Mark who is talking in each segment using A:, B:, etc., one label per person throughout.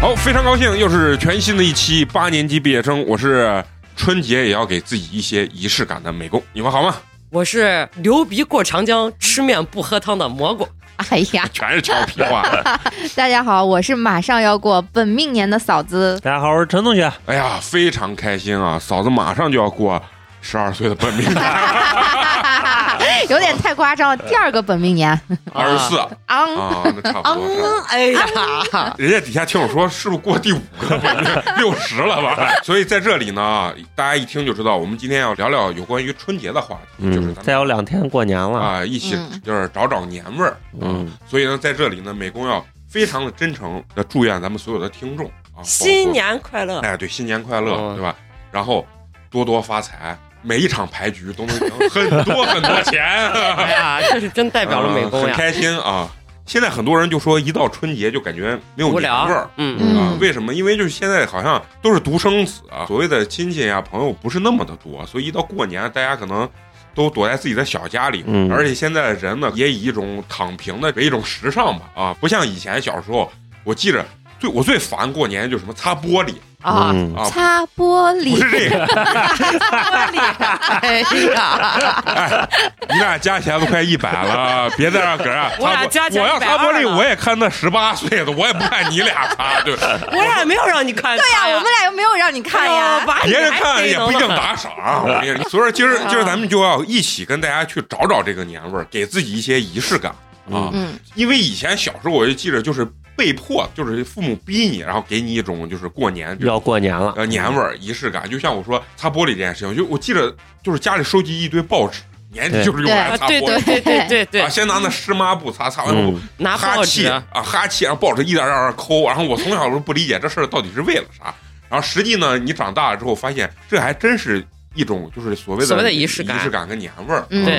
A: 好，非常高兴，又是全新的一期八年级毕业生，我是春节也要给自己一些仪式感的美工，你们好吗？
B: 我是流鼻过长江，吃面不喝汤的蘑菇。
C: 哎呀，
A: 全是俏皮话。
C: 大家好，我是马上要过本命年的嫂 子。
D: 大家好，我是陈同学。
A: 哎呀，非常开心啊！嫂子马上就要过十二岁的本命年，
C: 有点太夸张了，第二个本命年，
A: 二十四啊，
C: 昂、
A: 那差不多。差不多
B: 哎呀，
A: 人家底下听我说，是不是过第五个本命六十了吧？所以在这里呢，大家一听就知道，我们今天要聊聊有关于春节的话题，就是
D: 嗯，
A: 咱
D: 再
A: 们
D: 有两天过年了。
A: 啊一起
C: 嗯
A: 就是找找年味儿。
D: 嗯，
A: 所以呢，在这里呢，美工要非常的真诚的祝愿咱们所有的听众啊，
B: 新年快乐！
A: 哎，对，新年快乐，
D: 嗯
A: 对吧？然后多多发财，每一场牌局都能赢很多很多钱，
B: 哎呀，这是真 代
A: 代
B: 表了美工
A: 很
B: 呀，
A: 开心啊！现在很多人就说，一到春节就感觉没有
B: 无
A: 年味儿
B: 聊。。嗯，
C: 嗯
A: 啊，为什么？因为就是现在好像都是独生子啊，所谓的亲戚啊、朋友不是那么的多，所以一到过年，大家可能都躲在自己的小家里。
D: 嗯
A: 而且现在人呢，也以一种躺平的为一种时尚吧，啊，不像以前小时候，我记着最我最烦过年就是什么擦玻 璃
B: 啊，
D: 嗯
A: 啊，
C: 擦玻
A: 不
C: 璃，
A: 是这个，
B: 哎呀，
A: 你俩加起来都快一百了，啊别在那搁这儿。
B: 我俩
A: 擦玻
B: 加起来
A: 我要擦玻
B: 120
A: 璃，
B: 了
A: 我也看那十八岁的，我也不看你俩擦，对，
B: 我俩没有让你看他。哎对
C: 哎呀， 我们俩又没有让你看呀。
B: 把你
A: 别人
B: 还
A: 看
B: 逮
A: 也
B: 着
A: 不一
B: 了
A: 定打赏啊。我跟你说所以说今
B: 嗯
A: 儿今儿咱们就要一起跟大家去找找这个年味儿，给自己一些仪式感啊。
C: 嗯，
A: 因为以前小时候我就记着，就是被迫，就是父母逼你，然后给你一种就是过年这种
D: 要过年了，
A: 呃年味儿、仪式感。就像我说擦玻璃这件事情，就我记着就是家里收集一堆报纸，年底
D: 对
A: 就是用来
B: 啊！
A: 擦
B: 对
A: 玻
B: 对
A: 璃。
B: 对对对 对
A: 啊，，先拿那湿抹布擦，擦完之后
D: 嗯
B: 拿
A: 哈
B: 报
A: 气
B: 纸
A: 啊，哈气，然后抱着一点点儿抠，然后我从小就不理解这事儿到底是为了啥，然后实际呢，你长大了之后发现这还真是一种就是所谓的
B: 所谓的仪
A: 仪
B: 式感
A: 仪式感跟年味儿。啊
C: 嗯，
B: 对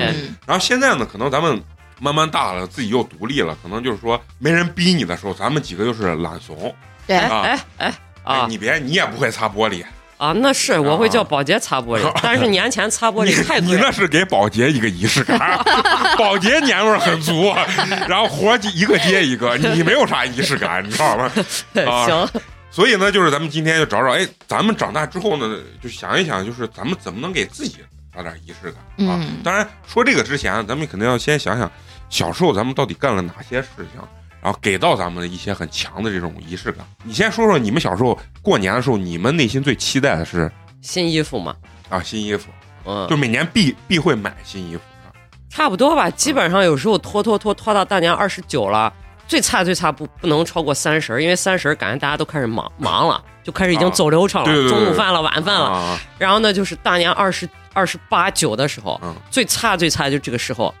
A: 然后现在呢，可能咱们慢慢大了，自己又独立了，可能就是说没人逼你的时候，咱们几个就是懒怂。
C: 对
A: 啊，
B: 哎哎啊
A: 哎你别，你也不会擦玻璃，
B: 啊，那是我会叫保洁擦玻璃，但是年前擦玻
A: 你
B: 璃太
A: 你
B: 贵
A: 那
B: 了。
A: 是给保洁一个仪式感， 保洁年味儿很足，啊然后活儿一个接一个，你没有啥仪式感，你知道吗？ 啊
B: 行，
A: 所以呢，就是咱们今天就找找，哎，咱们长大之后呢，就想一想，就是咱们怎么能给自己找点仪式感啊？
C: 嗯
A: 当然，说这个之前，咱们肯定要先想想，小时候咱们到底干了哪些事情，然后给到咱们一些很强的这种仪式感。你先说说你们小时候过年的时候，你们内心最期待的是
B: 新衣服嘛，
A: 啊新衣服，
B: 嗯
A: 就，每年必必会买新衣服。啊
B: 差不多吧，
A: 嗯
B: 基本上有时候拖拖拖拖到大年二十九了，最差最差不不能超过三十，因为三十感觉大家都开始忙忙了，就开始已经走流程了，
A: 啊对对对
B: 中午饭了，晚饭了。
A: 啊，
B: 然后呢，就是大年二十二十八九的时候，
A: 嗯
B: 最差最差就这个时候，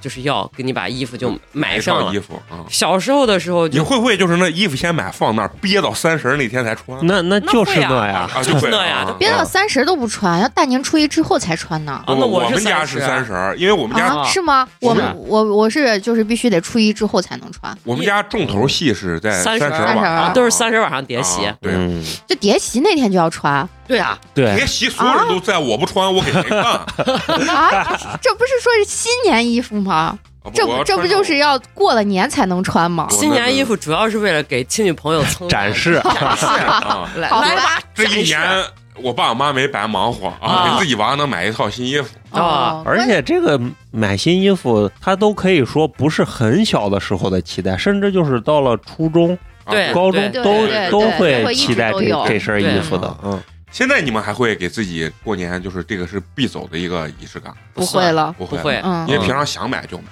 B: 就是要给你把衣服就买
A: 买
B: 上
A: 上
B: 了
A: 衣。服啊。
B: 小时候的时候
A: 你
B: 就
A: 会不会就是那衣服先买放那儿，憋到三十那天才穿？
B: 啊
D: 那那就是那呀。
A: 啊，就会
B: 那嗯呀
A: 啊
B: 都
C: 别到三十都不穿，要大年初一之后才穿呢。
B: 啊
A: 不
B: 那
A: 我
B: 是
A: 们家
B: 30
A: 是三十，因为我们家
C: 啊，是吗？我们我我是就是必须得初一之后才能穿，
A: 我们家重头戏是在
B: 三
A: 十
B: 十
A: 晚上
C: 啊
A: 啊，
B: 都是三十晚上叠席。
A: 啊对，
D: 嗯，
C: 就叠席那天就要穿
B: 对啊，
D: 对
A: 别，席所有人都在，我不穿我给谁看？啊
C: 啊！这不是说是新年衣服吗？
A: 不
C: 这
A: 我要
C: 这不
A: 穿
C: 就是要过了年才能穿吗
A: 我？
B: 新年衣服主要是为了给亲戚朋 友蹭
D: 展示
B: 展示
A: 啊？
B: 来
C: 好吧
B: 来吧，
A: 这一
B: 展示
A: 年我爸我妈没白忙活啊，
B: 啊
A: 给自己娃能买一套新衣服，
B: 啊
C: 哦，
D: 而且这个买新衣服，它都可以说不是很小的时候的期待，甚至就是到了初中、
A: 啊
B: 对
D: 高中
C: 对
D: 都
C: 对
D: 都
C: 对对会一直
D: 期待
C: 都
D: 这
C: 有
D: 这身衣服的。嗯，
A: 现在你们还会给自己过年就是这个是必走的一个仪式感，
C: 不会了，
A: 不
B: 不
A: 会，
B: 会，
C: 嗯
A: 因，为平常想买就买，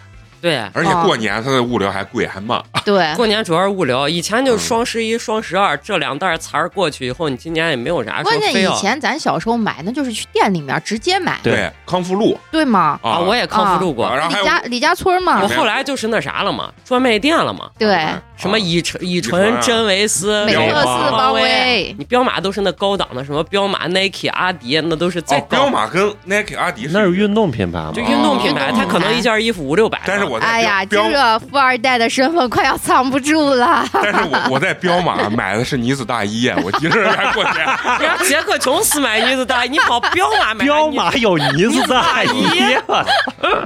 B: 对。
A: 而且
C: 哦
A: 过年它的物流还贵还慢，
C: 对，
B: 过年主要是物流，以
A: 嗯
B: 前就双十一、双十二这两袋词儿过去以后，你今年也没有啥说
C: 关键
B: 非要
C: 以前咱小时候买，那就是去店里面直接买，
D: 对
A: 对，康复路
C: 对吗？
B: 啊，我也康复路过，
A: 啊然后还
C: 李
A: 有
C: 家李家村
B: 我
C: 嘛
A: 嗯，
B: 后来就是那啥了嘛，专卖店了嘛，
C: 对，
B: 什
A: 啊
B: 么乙醇、乙
A: 乙醇
B: 醇
A: 啊、
B: 真维斯、
C: 美
A: 标
C: 特
A: 马
C: 四
B: 邦
C: 方威，
B: 你彪马都是那高档的，什么彪马、Nike、阿迪，那都是最
A: 哦，
B: 高
A: 彪马跟 Nike、阿迪
D: 那
A: 是
D: 是运动品牌嘛
B: 就？运动品
C: 哦
B: 牌，它可能一件衣服五六百呢。
A: 但是我在
C: 哎呀，
A: 彪彪
C: 这富二代的身份快要藏不 住了。
A: 但是我我在彪马买的是呢子大衣，啊我急着来过啊年。
B: 人家杰克琼斯买呢子大衣，你跑彪马 买
D: 彪
B: 呢
D: 马有呢子大衣，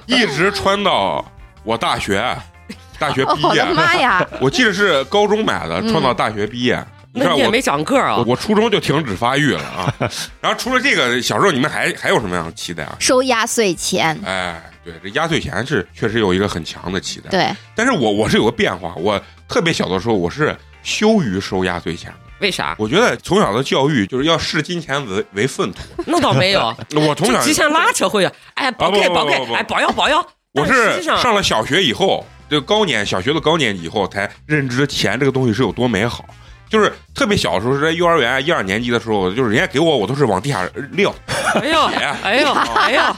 A: 一直穿到我大学，大学
C: 哦
A: 毕
C: 我
A: 业啊
C: 的。妈呀！
A: 我记得是高中买的，穿到大学毕业，啊你看
B: 那你也没长个儿啊
A: 我，我初中就停止发育了啊。然后除了这个，小时候你们还还有什么样的期待啊？
C: 收压 岁钱，
A: 哎，对，这压岁钱是确实有一个很强的期待。
C: 对，
A: 但是我我是有个变化，我特别小的时候我是羞于收压岁钱的。
B: 为啥？
A: 我觉得从小的教育就是要视金钱为为粪土。
B: 那倒没 有，
A: 我从小
B: 就极限拉扯会的。哎，宝
A: 啊
B: 给
A: 不
B: 宝给
A: 不不，不
B: 哎，保佑保佑。
A: 我
B: 但实
A: 是
B: 际上
A: 上了小学以后，就高年小学的高年级以后才认知钱这个东西是有多美好。就是特别小的时候，是在幼儿园啊一二年级的时候，就是人家给我，我都是往地下撂
B: 哎呦，
A: 哎
B: 哎呦，哎呦，
A: 啊，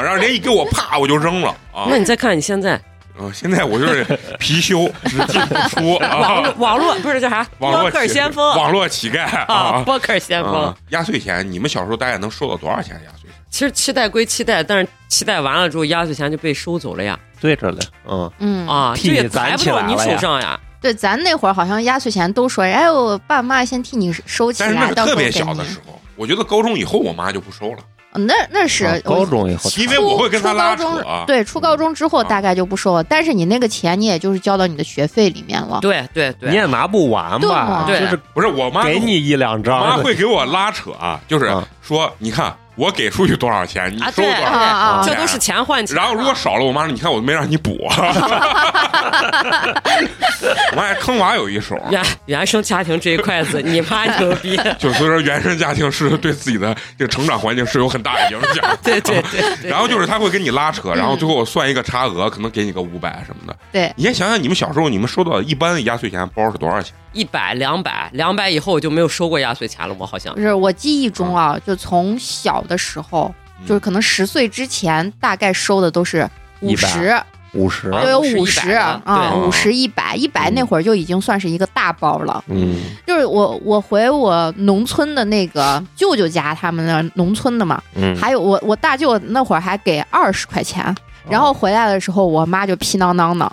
A: 然后人家一给我，啪我就扔了啊。
B: 那你再看你现在
A: 嗯现在我就是貔貅，只进不出
B: 网络
A: 啊。
B: 网络不是叫啥
A: 网
B: 播
A: 络
B: 客
A: 乞
B: 先锋
A: 网络乞丐
B: 啊，
A: 啊
B: 播客先锋
A: 啊。！压岁钱，你们小时候大概能收到多少钱压岁钱？
B: 其实期待归期待，但是期待完了之后，压岁钱就被收走了呀
D: 对着嘞，嗯，
C: 嗯，
B: 啊，
D: 替
B: 这也
D: 你攒
B: 财不
D: 起
B: 到
D: 来
B: 你
D: 了
B: 手
D: 呀
B: 上呀。
C: 对，咱那会儿好像压岁钱都说，哎，我爸妈先替你收起
A: 但是那
C: 来，
A: 是
C: 到时
A: 特
C: 候给
A: 别
C: 你。
A: 小的时候，我觉得高中以后我妈就不收了，
C: 嗯那那是
D: 啊
C: 我
D: 高中以后
A: 因
D: 差
A: 为
C: 初
A: 我会跟她
C: 初
A: 拉
C: 高
A: 扯
C: 中
A: 啊。
C: 对，初高中之后大概就不收了，但是你那个钱你也就是交到你的学费里面了。
B: 对对
D: 哦你
B: 对，
D: 也拿不完吧？
B: 对
D: 就
B: 嘛
D: 是
A: 不是我妈
D: 给你一两
A: 我妈
D: 张，
A: 会给我拉扯啊，就是
D: 啊
A: 说，你看我给出去多少钱，你
B: 啊
A: 收多
B: 对
A: 少
C: 啊
A: 钱。
C: 啊，
B: 这都是钱换钱嘛。
A: 然后如果少了，我妈说：“你看我没让你补。” 我妈还坑娃有一手啊，
B: 原原生家庭这一块子，你妈 牛逼！
A: 就所以说原生家庭是对自己的这个成长环境是有很大的影响。
B: 对对对对。
A: 然后就是他会跟你拉扯，然后
C: 嗯
A: 最后我算一个差额，可能给你个五百什么的。
C: 对，
A: 你先想想你们小时候，你们收到的一般的压岁钱包是多少钱？
B: 一百、两百、两百以后我就没有收过压岁钱了，我好像
A: 哦
C: 不。是我记忆中啊，就从小的时候，
A: 嗯
C: 就是可能十岁之前，大概收的都是五十，
D: 五十，
B: 啊
C: 都有
B: 50 100
C: 五十
B: 的
C: 啊，
A: 对
C: 五十一百，一百
D: 嗯
C: 那会儿就已经算是一个大包了。
D: 嗯
C: 就是我我回我农村的那个舅舅家，他们那儿农村的嘛，
D: 嗯，
C: 还有我我大舅那会儿还给二十块钱，然后回来的时候，我妈就皮囊囊的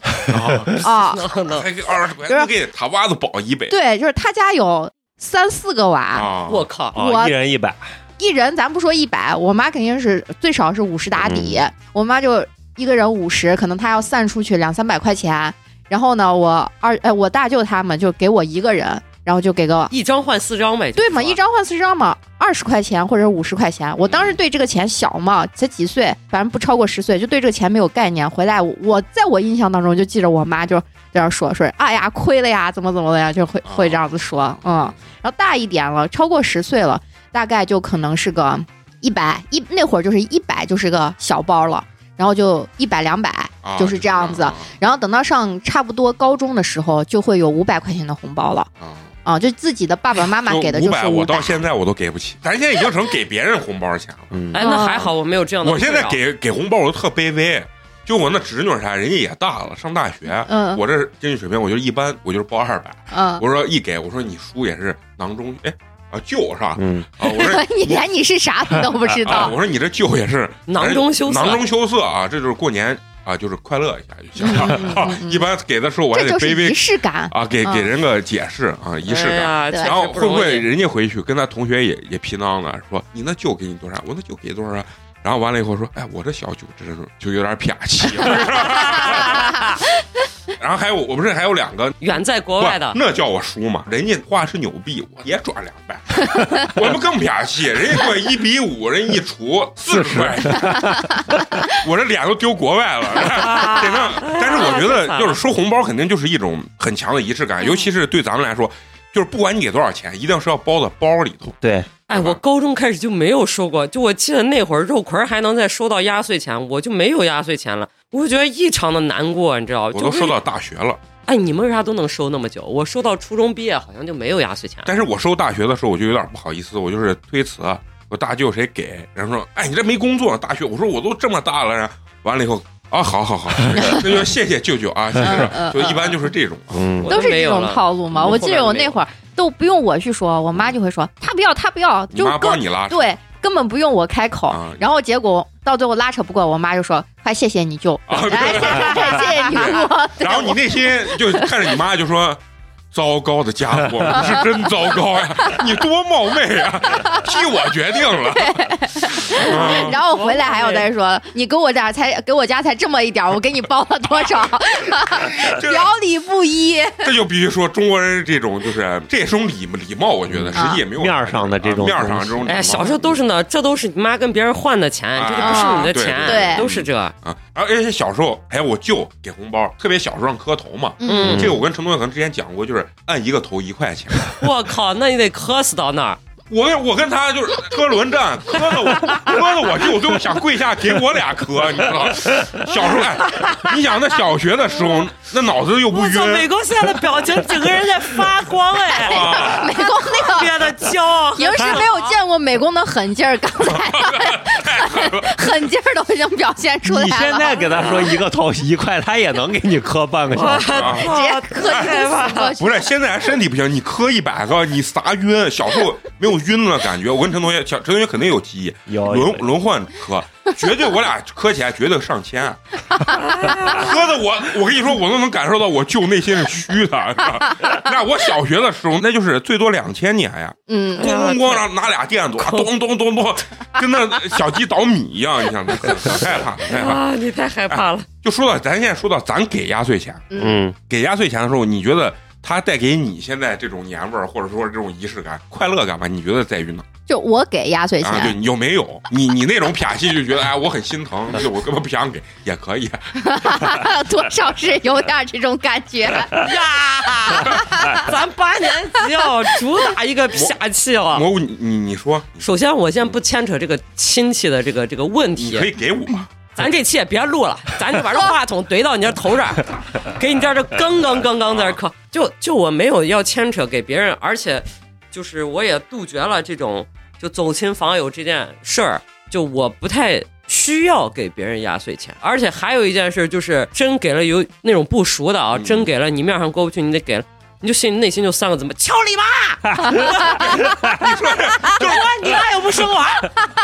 C: 啊，
B: no no，
A: 还给二十块，
C: 就是
A: 都给他娃子保一百
C: 啊对，就是他家有三四个娃，
A: 啊！
B: 我靠，
D: 啊，
C: 我
D: 一人一百，
C: 一人咱不说一百，我妈肯定是最少是五十打底，我妈就一个人五十，可能她要散出去两三百块钱，然后呢，我二呃我大舅他们就给我一个人，然后就给个
B: 一张换四张呗。
C: 对嘛，
B: 就是
C: 一张换四张嘛，二十块钱或者五十块钱。我当时对这个钱小嘛，才几岁，反正不超过十岁，就对这个钱没有概念。回来我我在我印象当中就记着我妈就这样说说，哎呀亏了呀，怎么怎么的呀，就会
A: 啊
C: 会这样子说，嗯。然后大一点了，超过十岁了，大概就可能是个一百一那会儿就是一百就是个小包了，然后就一百两百
A: 啊
C: 就是这样子。
A: 啊
C: 然后等到上差不多高中的时候，就会有五百块钱的红包了。
A: 啊，
C: 啊，就自己的爸爸妈妈给的就
A: 哦五
C: 是
A: 百，我
C: 500
A: 到现在我都给不起。咱现在已经成给别人红包钱了。
D: 嗯
B: 哎，
C: 啊
B: 那还好我没有这样的
A: 我
B: 困扰。
A: 现在给给红包我都特卑微，就我那侄女啥，人家也大了，上大学，
C: 嗯
A: 我这经济水平我就一般，我就是报二百。
C: 嗯，
A: 我说一给，我说你叔也是囊中哎啊舅是吧？
D: 嗯，
A: 啊，我说
C: 你连你是啥你都不知
A: 啊，
C: 道
A: 我，说你这舅也是
B: 囊中羞涩，
A: 囊中羞涩啊，这就是过年啊，就是快乐一下就行了。
C: 嗯嗯
A: 啊
C: 嗯嗯
A: 一般给的时 候我还
C: 这
A: 得
C: 就是
A: 卑微
C: 仪式嗯感。
A: 啊，给给人个解释啊，仪式
B: 哎
A: 感。
B: 呀
C: 对
B: 确
A: 然后会
B: 实容
A: 不
B: 易
A: 会人家回去跟他同学也也皮囊呢？说你那舅给你多少？我那舅给多少？啊然后完了以后说，哎，我这小舅真是就有点撇气。 然后还有我不是还有两个
B: 远在国外的
A: 不？那叫我叔嘛，人家画是纽币，我也转两百， 我们更撇气，人家给我一比五，人一除四十块钱， 我这脸都丢国外了。
B: 啊
A: 反 正，但是我觉得就是收红包肯定就是一种很强的仪式
C: 嗯
A: 感，尤其是对咱们来说，就是不管你给多少钱，一定是要包到包里头。
D: 对，
B: 哎，我高中开始就没有收过，就我记得那会儿肉葵儿还能再收到压岁钱，我就没有压岁钱了，我就觉得异常的难过，你知道吗？
A: 我
B: 就
A: 都
B: 为
A: 收到大学了，
B: 哎，你们为啥都能收那么久？我收到初中毕业好像就没有压岁钱了。
A: 但是我收大学的时候，我就有点不好意思，我就是推辞，啊我大舅谁给？然后说，哎，你这没工作，大学，我说我都这么大了，然后完了以后。啊，好好好，那就谢谢舅舅啊，谢
C: 嗯
A: 谢。
C: 嗯
A: 就一般就是这种，啊
D: 嗯
B: 我
C: 都是
B: 没
C: 这
B: 有
C: 种
B: 了
C: 套路
A: 嗯
C: 嘛。
B: 我
C: 我
B: 后
C: 记
B: 面
C: 得
B: 就
C: 我
B: 没
C: 那
B: 有
C: 会儿都不用我去说，我妈就会说他不要，他不要，
A: 你
C: 就
A: 妈
C: 跟
A: 帮你拉扯
C: 对，根本不用我开口
A: 啊。
C: 然后结果到最后拉扯不过，我妈就说快谢谢你舅，
A: 啊
C: 哎谢谢谢谢你舅，
A: 然后你内心就看着你妈就说，糟糕的家伙， 你是真糟糕呀！你多冒昧啊，替我决定了。嗯
C: 然后回来还要再说，你给我家才给我家才这么一点儿，我给你包了多 少，
A: 这
C: 表里不一。
A: 这就必须说中国人这种就是这也是种礼礼貌，我觉得实际也没有
D: 面儿上的这种
A: 啊面儿上的这种礼貌。
B: 嗯哎，小时候都是呢，这都是你妈跟别人换的钱，
A: 啊
B: 这个不是你的钱，
C: 对对
B: 都是这。
A: 啊，而而且小时候，哎，我舅给红包，特别小时候让磕头嘛。
B: 嗯
A: 这个我跟陈同学可能之前讲过，就是按一个头一块钱。
B: 我靠，那你得磕死到那儿。
A: 我跟我跟他就是车轮战，磕的我磕的我舅最后想跪下给我俩磕，你知道？小时候，哎，你想那小学的时候，那脑子又不
B: 我操，美
A: 晕
B: 工现在的表情，整个人在发光 哎，
A: 啊。
C: 美工那
B: 特
C: 个
B: 别的骄傲。
C: 平时没有见过美工的狠劲儿，刚才 狠劲儿都已经表现出来了。
D: 你现在给他说一个头一块，他也能给你磕半个小时。
B: 哇，
C: 直接磕一
B: 太
C: 个
B: 怕
C: 死过
B: 了。
C: 去
A: 不是，现在身体不行，你磕一百个，你啥晕？小时候没有晕的感觉。我跟陈同学，小陈同学肯定有记忆，
D: 有
A: 轮
D: 有
A: 轮换磕，绝对我俩磕起来绝对上千，啊磕的我，我跟你说，我都能感受到我舅内心是虚的。是吧那我小学的时候，那就是最多两千年呀，
C: 嗯，
A: 咣咣咣，然后拿俩电阻，咚咚咚咚，跟那小鸡捣米一样，你想，太害怕，太害怕。
B: 啊，你太害怕了。
A: 就说到咱现在说到咱给压岁钱，啊
D: 嗯，
A: 给压岁钱的时候，你觉得它带给你现在这种年味儿，或者说这种仪式感、快乐感吧？你觉得在于哪？
C: 就我给压岁
A: 啊，对，
C: 钱，
A: 你有没有？你你那种撇戏就觉得，哎，我很心 疼，这我根本不想给，也可以。啊
C: 多少是有点这种感觉。
B: 呀，咱八年级要主打一个啪气哦了。
A: 蘑菇，啊你你你说，
B: 首先，我先不牵扯这个亲戚的这个这个问
A: 你可
B: 题，
A: 以给我，
B: 咱这期也别录了，咱就把这话筒怼到你这头这儿，给你这儿这刚刚刚刚在这儿磕。就就我没有要牵扯给别人，而且就是我也杜绝了这种就走亲访友这件事儿，就我不太。需要给别人压岁钱，而且还有一件事就是，真给了有那种不熟的啊，
A: 嗯
B: 真给了你面上过不去，你得给了，你就心内心就三个字嘛，敲你妈！ 我说你妈又不生娃，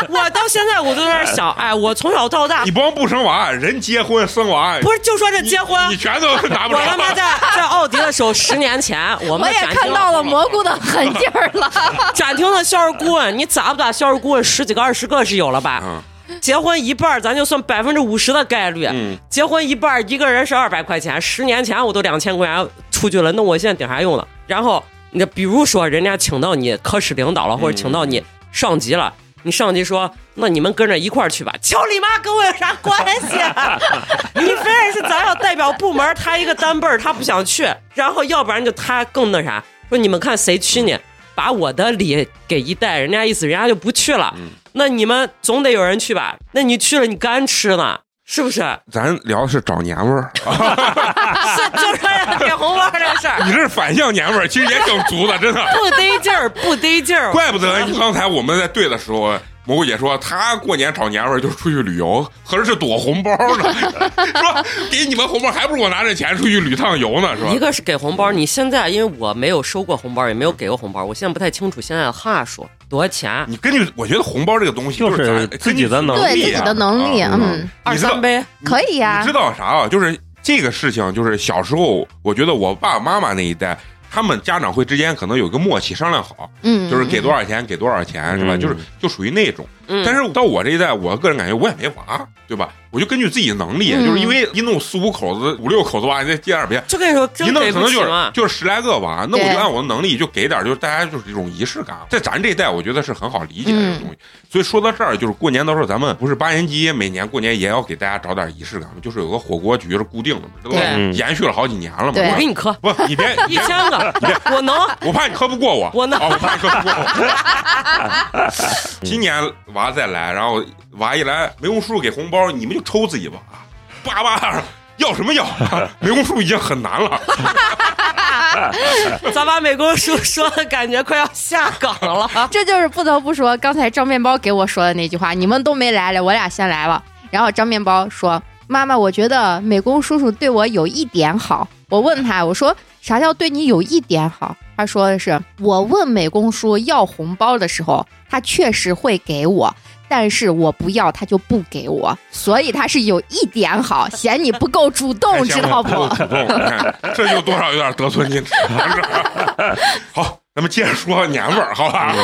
B: 我到现在我都在那儿想，哎，我从小到大
A: 你光不生娃，人结婚生娃，
B: 不是就说这
A: 你
B: 结婚，
A: 你全都拿不
B: 我
A: 着。
B: 他妈在在奥迪的时候，十年前我
C: 我
B: 们
C: 也
B: 展
C: 看
B: 厅
C: 到了蘑菇的狠劲儿了，
B: 展厅的销售顾问，你咋不打销售顾问十几个二十个是有了吧？
A: 嗯
B: 结婚一半儿，咱就算百分之五十的概率，
A: 嗯，
B: 结婚一半儿一个人是二百块钱，十年前我都两千块钱出去了，那我现在顶啥用了？然后你比如说人家请到你科室领导了，或者请到你上级了。你上级说，那你们跟着一块儿去吧。瞧你妈跟我有啥关系、啊？你非得是咱要代表部门，他一个单辈儿，他不想去，然后要不然就他更那啥，说你们看谁去呢？把我的礼给一带，人家意思人家就不去了。那你们总得有人去吧？那你去了你干吃呢？是不是？
A: 咱聊的是找年味儿，
B: 是就是给红包这事儿
A: 你这是反向年味儿，其实也挺足的，真的。
B: 不得劲儿，不得劲 儿。
A: 怪不得你刚才我们在对的时候，蘑菇姐说她过年找年味儿就出去旅游，合着是躲红包呢，说给你们红包，还不如我拿着钱出去旅趟游呢，是吧
B: 一？个是给红包，你现在因为我没有收过红包，也没有给过红包，我现在不太清楚现在的话术多少钱，
A: 你根据我觉得红包这个东西
D: 就是
A: 咱
D: 自己的能力
A: 根
C: 对
A: 据
C: 自己的能力，
A: 啊
C: 嗯，
B: 二三杯。
A: 你
C: 可以呀
A: 你知。道啥啊？就是这个事情，就是小时候，我觉得我爸爸妈妈那一代。他们家长会之间可能有一个默契，商量好，
C: 嗯，
A: 就是给多少钱，给多少钱，是吧？
D: 嗯
A: 就是就属于那种。
B: 嗯，
A: 但是到我这一代，我个人感觉我也没娃，对吧？我就根据自己能力，
C: 嗯
A: 就是因为一弄四五口子、五六口子娃，你再接点别，
B: 就跟你说，
A: 一
B: 真
A: 弄
B: 给
A: 可
B: 不
A: 能
B: 起
A: 就是
B: 嘛。
A: 就是十来个娃，那我
C: 对
A: 就按我的能力就给点，就是大家就是一种仪式感。在咱这一代，我觉得是很好理解的这个东西。
B: 嗯
A: 所以说到这儿，就是过年到时候咱们不是八年级，每年过年也要给大家找点仪式感嘛，就是有个火锅局是固定的嘛，这都
B: 对
A: 延续了好几年了嘛。
C: 对
B: 我给你 磕
A: 不，你别，
B: 一千个，我能。
A: 我怕你磕不过我，
B: 我呢
A: 啊我怕你磕不过我。今年娃再来，然后娃一来，梅红叔叔给红包，你们就抽自己吧，叭叭，要什么要？梅红叔叔已经很难了，
B: 咱把美工叔说的感觉快要下岗了。
C: 这就是不得不说，刚才张面包给我说的那句话：“你们都没来了，我俩先来了。”然后张面包说：“妈妈，我觉得美工叔叔对我有一点好。”我问他：“我说啥叫对你有一点好？”他说的是：“我问美工叔要红包的时候，他确实会给我。”但是我不要，他就不给我，所以他是有一点好，嫌你不够主动，知道不？
A: 主动，哎这就多少有点得寸进尺了。是吧好，咱们接着说年味儿，好吧？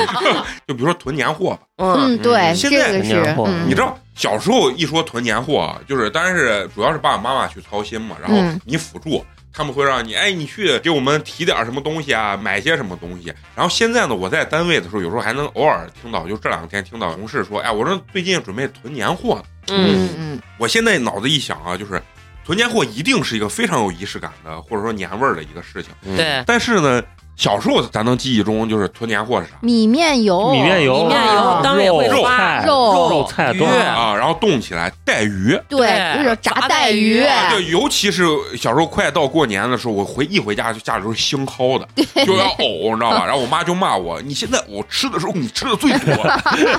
A: 就比如说囤年货吧，
B: 嗯，
C: 嗯，对，
A: 现
C: 这
A: 在
C: 个是
D: 人家货
A: 你
C: 嗯
A: 知道小时候一说囤年货，啊，就是当然是主要是爸爸妈妈去操心嘛，然后
C: 嗯
A: 你辅助。他们会让你，哎，你去给我们提点什么东西啊，买些什么东西。然后现在呢，我在单位的时候，有时候还能偶尔听到，就这两天听到同事说，哎，我说最近准备囤年货呢
B: 嗯
C: 嗯嗯
A: 我现在脑子一想啊，就是囤年货一定是一个非常有仪式感的，或者说年味儿的一个事情。
D: 嗯，
B: 对，
A: 但是呢，小时候咱能记忆中就是囤年货是啥？
C: 米哦面油，
D: 米面油、啊
B: 米面油当然也会
D: 肉
B: 发
D: 菜、
C: 肉
D: 肉菜
B: 鱼
D: 都
B: 对
A: 啊，然后冻起来带鱼。
C: 对，就是炸带鱼，
B: 炸带
A: 啊就尤其是小时候快到过年的时候，我回一回家就家里都是腥蒿的，就要呕，你知道吧？然后我妈就骂我：“你现在我吃的时候，你吃的最多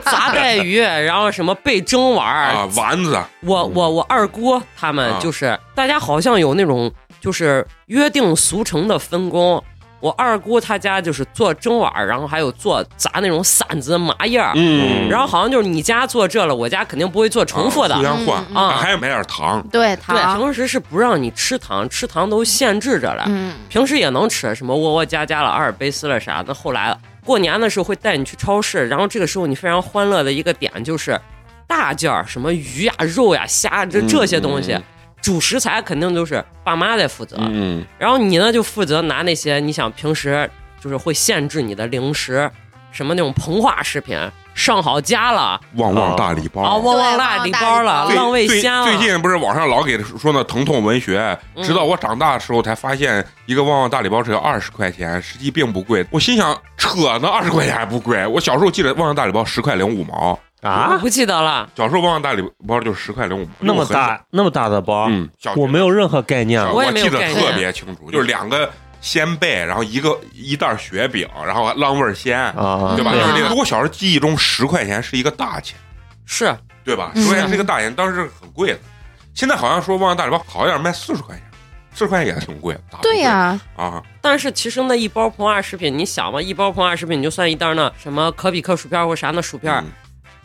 B: 杂带鱼，然后什么贝蒸丸儿，
A: 啊，丸子
B: 我我我二姑他们
A: 啊
B: 就是、大家好像有那种就是约定俗成的分工。我二姑她家就是做蒸碗儿，然后还有做砸那种馓子麻叶儿，
D: 嗯，
B: 然后好像就是你家做这了，我家肯定不会做重复的。
A: 啊互相换
C: 嗯
B: 嗯
A: 啊，还买点糖。
C: 对
B: 对，
C: 糖，
B: 平时是不让你吃糖，吃糖都限制着了。
C: 嗯，
B: 平时也能吃什么窝窝家家了、阿尔卑斯了啥的。后来过年的时候会带你去超市，然后这个时候你非常欢乐的一个点就是大件儿，什么鱼呀、肉呀、虾这
A: 嗯
B: 这些东西，主食材肯定就是爸妈在负责，
A: 嗯，
B: 然后你呢就负责拿那些你想平时就是会限制你的零食，什么那种膨化食品。上好佳了，
A: 旺旺大礼包
B: 啊，旺旺大礼包了，
A: 哦最
C: 对
B: 浪味仙了，
A: 最最近不是网上老给说那疼痛文学，
B: 嗯
A: 直到我长大的时候才发现，一个旺旺大礼包只要二十块钱，实际并不贵。我心想，扯呢，二十块钱还不贵。我小时候记得旺旺大礼包十块零五毛，
B: 我
D: 啊，
B: 不记得了。
A: 小时候旺旺大礼包就是十块零五毛，
D: 那么大那么大的包，
A: 因为我很小，嗯，小学
D: 我没有任何概念
A: 小
D: 了。
B: 我也没有
A: 啊记得
B: 概念
A: 特别清楚，就是两个鲜贝，然后一个一袋雪饼，然后浪味儿鲜，
B: 嗯
D: 啊，
A: 嗯对吧？
C: 对
A: 就是那
C: 啊
A: 个。我小时候记忆中十块钱是一个大钱。
B: 是
A: 对吧？
C: 嗯
A: 十块钱是一个大钱，当时很贵的。现在好像说旺旺大礼包好一点，卖四十块钱，四十块钱也挺贵的。大
C: 对呀，
A: 啊，啊，
B: 但是其实那一包膨化食品，你想吧，一包膨化食品，你就算一袋儿那什么可比克薯片或啥那薯片，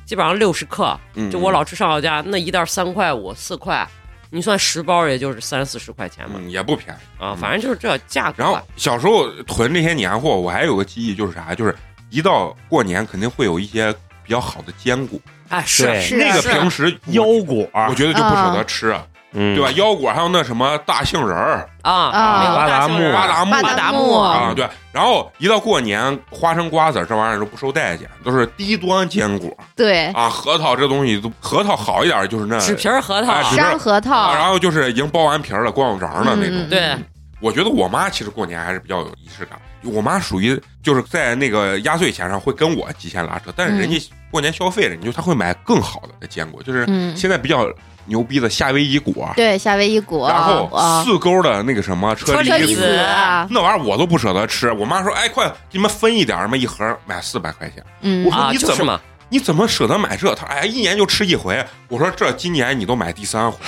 B: 基本上六十克。
A: 嗯
B: 就我老吃上好佳，那一袋三块五、四块，你算十包也就是三四十块钱嘛。
A: 嗯也不便宜。
B: 啊，反正就是这价格
A: 然后
B: 吧。
A: 小时候囤这些年货，我还有个记忆就是啥，就是一到过年肯定会有一些比较好的坚果，
B: 哎，是
D: 对
C: 是
A: 那个
B: 是啊
A: 平时
D: 腰果，
A: 我觉得就不舍得吃，啊
D: 嗯，
A: 对吧？？腰果还有那什么大杏仁儿、
B: 啊，
C: 啊
B: 美国
D: 巴
B: 大
D: 达
B: 杏
D: 木
B: 仁儿
A: 巴达木
B: 巴达木
C: 巴达
A: 啊，对。然后一到过年，花生、瓜子儿这玩意儿都不受待见，都是低端坚果
C: 对，
A: 啊。核桃这东西都，核桃好一点就是那
B: 纸皮儿核桃
A: 哎，纸皮儿
C: 山核
A: 啊，然
C: 桃，
A: 后就是已经剥完皮儿了，光有瓤儿的那种。
C: 嗯
B: 对，
A: 我觉得我妈其实过年还是比较有仪式感，我妈属于就是在那个压岁钱上会跟我极限拉扯，但是人家过年消费了，你就她会买更好的坚果，就是
C: 嗯
A: 现在比较牛逼的夏威夷果，
C: 对，夏威夷果，
A: 然后
C: 啊，
A: 四勾的那个什么车
B: 车
A: 厘
B: 厘
A: 子
B: 子。
C: 啊，
A: 那玩意儿我都不舍得吃，我妈说：“哎，快给你们分一点儿，他妈一盒儿买四百块钱，
C: 嗯
A: 我说
B: 啊，
A: 你
B: 就是
A: 怎么
B: 嘛，
A: 你怎么舍得买这？”她说：“哎，一年就吃一回。”我说：“这今年你都买第三回。”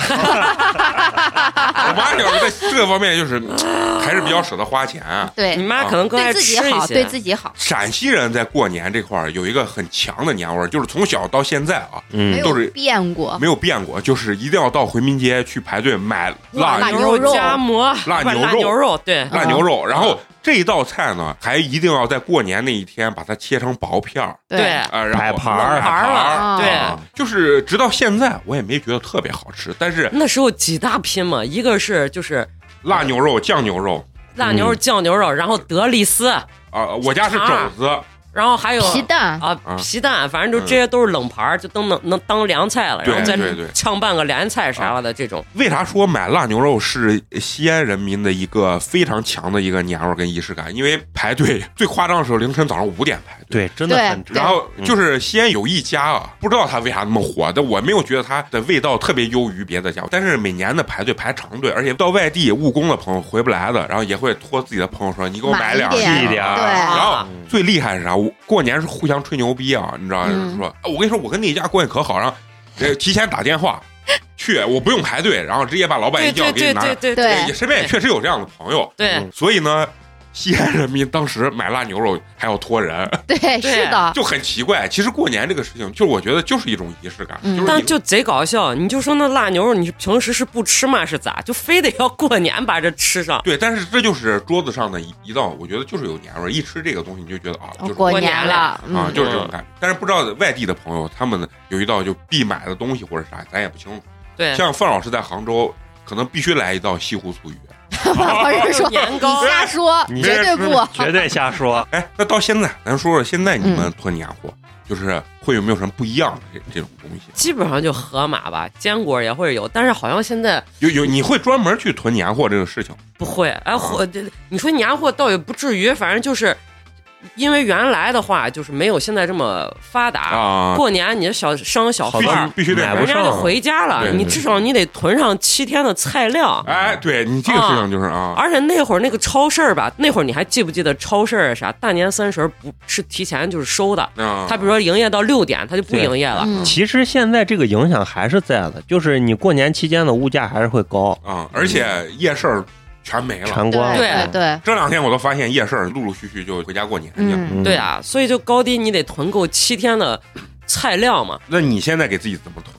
A: 我妈小时候在这个方面就是还是比较舍得花钱。啊
B: 你
C: 对，
B: 妈可能更爱
C: 对自己
B: 吃一
C: 好，对
B: 些。
C: 自己好，
A: 陕西人在过年这块儿有一个很强的年味儿，就是从小到现在啊
C: 没
D: 嗯，
A: 都是
C: 有变过，
A: 没有变过，就是一定要到回民街去排队买
C: 哇
A: 腊
C: 那
A: 牛
C: 牛肉
B: 夹馍，
A: 辣
B: 不是
A: 牛
B: 辣
A: 肉
B: 牛肉，对，
A: 腊牛肉，然后这一道菜呢，还一定要在过年那一天把它切成薄片儿，
B: 对，
A: 啊，然后
D: 摆盘儿
A: 摆盘
B: 摆盘
A: 儿，
C: 儿
B: 对
A: 啊就是直到现在我也没觉得特别好吃，但是
B: 那时候几大拼嘛，一个是就是
A: 腊牛肉、酱牛肉
B: 辣牛肉、
A: 嗯
B: 酱牛肉，然后德丽丝，
A: 啊，我家是肘子，
B: 然后还有
C: 皮蛋，
B: 啊
A: 啊，
B: 皮蛋，反正就这些都是冷盘儿，就都能能当凉菜了，
A: 对
B: 然后再
A: 对对啊
B: 呛拌个凉菜啥了的这种。
A: 为啥说买腊牛肉是西安人民的一个非常强的一个年味儿跟仪式感？因为排队最夸张的时候凌晨早上五点排队。
D: 对，真的
C: 对嗯
D: 很
A: 然后就是西安有一家啊，不知道它为啥那么火，但我没有觉得它的味道特别优于别的家，但是每年的排队排长队，而且到外地务工的朋友回不来的，然后也会托自己的朋友说：“你给我
C: 买一
A: 两
C: 点
A: 寄
D: 寄点
A: 啊
D: 儿
C: 对
A: 然后
B: 啊
A: 最厉害是啥？我过年是互相吹牛逼啊，你知道吗？
C: 嗯
A: 说，啊我跟你说，我跟那家关系可好，然后呃提前打电话去，我不用排队，然后直接把老板
B: 对
A: 一叫
B: 对
A: 给你
B: 对
A: 拿。
B: 对对
C: 对
A: 也身边也确实有这样的朋友，
B: 对
A: 所以呢，西安人民当时买腊牛肉还要托人，
C: 对，
B: 对
C: 是的，
A: 就很奇怪。其实过年这个事情，就是我觉得就是一种仪式感，
C: 嗯
A: 就是
B: 但
A: 你
B: 就贼搞笑，你就说那腊牛肉，你平时是不吃吗？是咋？就非得要过年把这吃上？
A: 对，但是这就是桌子上的一一道，我觉得就是有年味儿。一吃这个东西，你就觉得啊，就是
C: 哦过
B: 年
C: 年了，
A: 啊，
C: 嗯，
A: 就是这种感觉。但是不知道外地的朋友，他们有一道就必买的东西或者啥，咱也不清楚。
B: 对，
A: 像范老师在杭州，可能必须来一道西湖醋鱼。
C: 或者说
B: 年糕
C: 你瞎说，
D: 你
C: 绝对不，
D: 绝对瞎说。
A: 哎，那到现在，咱说说现在你们囤年货，就是会有没有什么不一样的这这种东西？
B: 基本上就河马吧，坚果也会有，但是好像现在
A: 有有，你会专门去囤年货这个事情吗？
B: 不会。哎，货，这你说年货倒也不至于，反正就是因为原来的话就是没有现在这么发达。
A: 啊，
B: 过年你的小商小
D: 好
B: 贩
A: 必
B: 儿
A: 须，必须得
D: 买
A: 买
D: 不
B: 人
D: 上
B: 家就回家了，
A: 对
B: 你
A: 对
B: 至少你得囤上七天的菜量。
A: 哎，对你这个事情就是啊，
B: 而且那会儿那个超市儿吧，那会儿你还记不记得超市儿啥？大年三十儿不是提前就是收的，
A: 啊，
B: 他比如说营业到六点，他就不
D: 对
B: 营业了。
C: 嗯，
D: 其实现在这个影响还是在的，就是你过年期间的物价还是会高，
A: 啊，而且夜市儿全没了。
D: 全光
B: 对
D: 了
C: 对对，
A: 这两天我都发现夜市儿陆陆续续就回家过年去了。
C: 嗯，
D: 嗯
B: 对啊，所以就高低你得囤够七天的菜量嘛。
A: 那你现在给自己怎么囤？